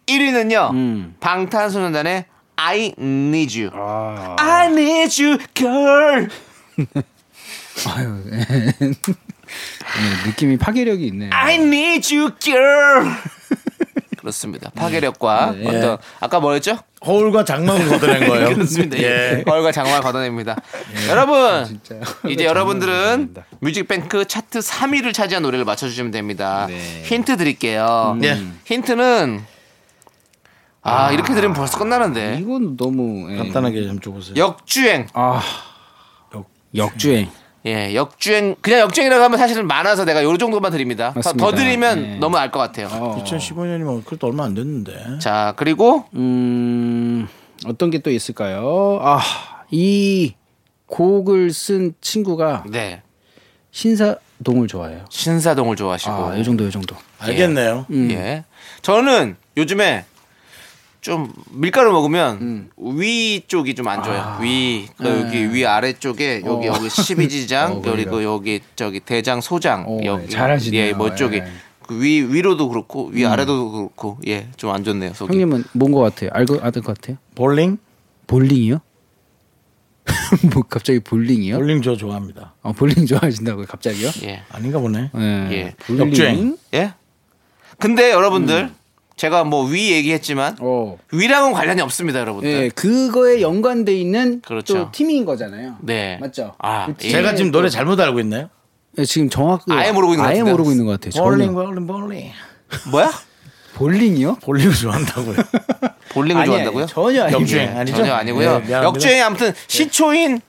C: 1위는요
F: 음.
C: 방탄소년단의 I Need You. I Need You Girl.
F: 아유, 네, 느낌이 파괴력이 있네요.
C: I Need You Girl. 그렇습니다. 파괴력과 어떤 아까 뭐였죠?
B: 허울과 장막을 걷어낸 거예요.
C: 그렇습니다.
B: 예.
C: 예. 거울과 장화를 걷어냅니다. 여러분, 이제 여러분들은 뮤직뱅크 차트 3위를 차지한 노래를 맞춰주시면 됩니다. 힌트 드릴게요.
B: 예.
C: 힌트는 아, 이렇게 들으면 벌써 끝나는데
F: 이건 너무 예.
B: 간단하게 좀 줘보세요.
C: 역주행
F: 아 역주행
C: 예, 역주행 그냥 역주행이라고 하면 사실은 많아서 내가 요 정도만 드립니다. 더-
F: 맞습니다.
C: 더 드리면
F: 예.
C: 너무 알 것 같아요.
B: 2015년이면 그래도 얼마 안 됐는데.
C: 자, 그리고
F: 음, 어떤 게 또 있을까요? 아, 이 곡을 쓴 친구가
C: 네.
F: 신사동을 좋아해요.
C: 신사동을 좋아하시고.
F: 아, 요 정도, 요 정도.
B: 알겠네요.
F: 음.
C: 예. 저는 요즘에 좀 밀가루 먹으면
F: 음.
C: 위 쪽이 좀 안 좋아요. 위, 그 여기 위 아래 쪽에 여기 여기 십이지장
F: 네. 어,
C: 그리고 여기 저기 대장 소장
F: 어,
C: 여기
F: 잘하시네요.
C: 예, 뭐 쪽이
F: 예. 음.
C: 그 위 위로도 그렇고 위 아래도 그렇고 예, 좀 안 좋네요. 속이.
F: 형님은 뭔 것 같아요? 알고 아는 것 같아요?
B: 볼링?
F: 볼링이요? 뭐 갑자기 볼링이요?
B: 예? 볼링 저 좋아합니다.
F: 어, 볼링 좋아하신다고요? 갑자기요?
C: 예.
B: 아닌가 보네.
F: 예.
C: 예.
F: 볼링.
B: 역주행.
C: 예? 근데 여러분들 제가 뭐 위 얘기했지만
F: 음. 어.
C: 위랑은 관련이 없습니다, 여러분들.
F: 예, 그거에 연관돼 있는
C: 그렇죠.
F: 또 팀인 거잖아요.
C: 네.
F: 맞죠?
C: 아,
F: 그 팀의
B: 제가 지금
F: 또-
B: 노래 잘못 알고 있나요?
F: 예, 지금 정확하게
C: 아예 모르고 있는 것
F: 아예
C: 같은데.
F: 모르고 있는 것 같아요. 저는.
B: 볼링, 볼링, 볼링.
C: 뭐야?
F: 볼링이요?
B: 볼링 좋아한다고요.
C: 볼링을
F: 아니, 아니,
C: 좋아한다고요?
F: 전혀 아니에요. 예.
B: 역주행 아니죠?
C: 전혀 아니고요.
B: 네, 음. 미안합니다.
C: 역주행이 아무튼 시초인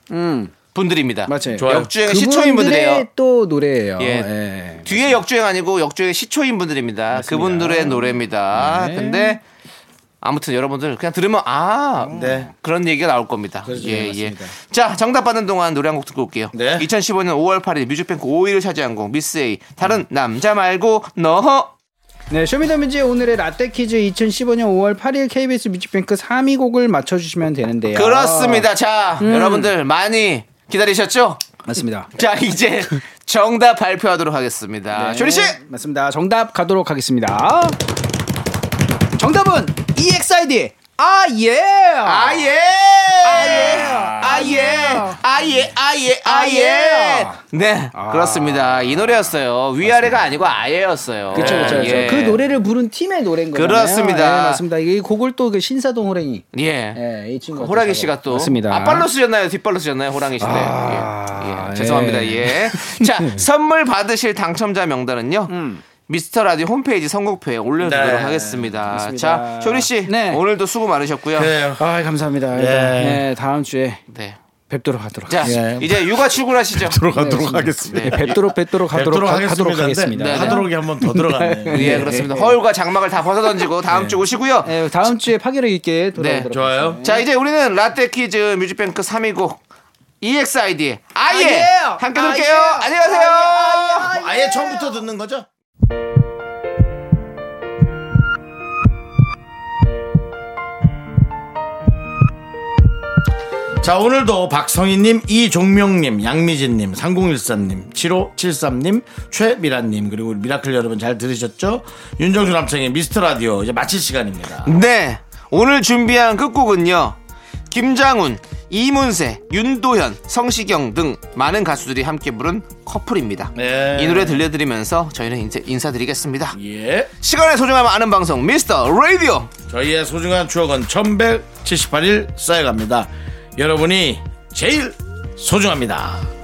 C: 분들입니다.
F: 맞아요.
B: 좋아요.
C: 역주행
F: 그분들의
C: 시초인 분들이에요.
F: 또 노래예요.
C: 예.
F: 예.
C: 뒤에 역주행 아니고 역주행 시초인 분들입니다. 그분들의 노래입니다.
B: 네.
C: 근데 아무튼 여러분들 그냥 들으면 아
B: 네.
C: 그런 얘기가 나올 겁니다.
B: 그렇죠.
C: 예, 예.
B: 맞습니다.
C: 자 정답 받는 동안 노래 한 곡 듣고 올게요.
B: 네.
C: 2015년 5월 8일 뮤직뱅크 5위를 차지한 곡 미스 A 다른 남자 말고 너
F: 네, 쇼미더뮤지의 오늘의 라떼 퀴즈 2015년 5월 8일 KBS 뮤직뱅크 3위 곡을 맞춰주시면 되는데요.
C: 그렇습니다. 자
B: 음.
C: 여러분들 많이 기다리셨죠?
F: 맞습니다.
C: 자 이제 정답 발표하도록 하겠습니다.
F: 네,
C: 아, 쇼리 씨.
F: 맞습니다. 정답 가도록 하겠습니다. 정답은 E EXID. 아, 예!
C: 아예 아예 아예 아예 아예 네 그렇습니다 이 노래였어요 위아래가 아니고 아예였어요
F: 그쵸, 그쵸, 그쵸.
C: 예.
F: 그 노래를 부른 팀의 노래인 거잖아요.
C: 그렇습니다.
F: 예, 맞습니다. 이 곡을 또 그 신사동 호랭이.
C: 예
F: 예, 이 친구.
C: 호랑이 씨가 또
F: 맞습니다.
C: 앞발로 쓰셨나요 뒷발로 쓰셨나요 호랑이 씨인데
F: 아,
C: 예. 예.
F: 예.
C: 죄송합니다 예자 선물 받으실 당첨자 명단은요
F: 음.
C: 미스터 라디오 홈페이지 선곡표에 올려드리도록
B: 네,
C: 하겠습니다.
F: 맞습니다.
C: 자, 쇼리 씨
F: 네.
C: 오늘도 수고 많으셨고요.
B: 그래요.
F: 아, 감사합니다. 일단, 예, 다음 주에
C: 네.
F: 뵙도록 하도록
C: 자,
B: 예.
C: 이제 육아 출근하시죠.
B: 들어가도록 하겠습니다.
F: 네, 뵙도록 뵙도록 하도록
B: 뵙도록
F: 하-
B: 하겠습니다.
F: 하도록 하겠습니다.
C: 네, 네.
B: 하도록이 한 번 더 들어갔네요.
C: 예, 그렇습니다. 허울과 장막을 다 벗어던지고
B: 예.
C: 다음 주 오시고요.
F: 네, 다음 주에 파괴력 있게
C: 네.
F: 돌아오도록
B: 좋아요.
C: 자, 이제 우리는 라떼 퀴즈 뮤직뱅크 3위 곡 E EXID 아예 함께 들게요. 안녕하세요.
B: 뭐 아예 처음부터 듣는 거죠? 자 오늘도 박성희님, 이종명님, 양미진님, 3013님, 7573님, 최미란님 그리고 우리 미라클 여러분 잘 들으셨죠? 윤정수 남창의 미스터라디오 이제 마칠 시간입니다
C: 네. 오늘 준비한 끝곡은요. 김장훈, 이문세, 윤도현, 성시경 등 많은 가수들이 함께 부른 커플입니다.
B: 네.
C: 이 노래 들려드리면서 저희는 인사, 인사드리겠습니다.
B: 예
C: 시간의 소중함 아는 방송 미스터 라디오.
B: 저희의 소중한 추억은 1178일 쌓여갑니다 여러분이 제일 소중합니다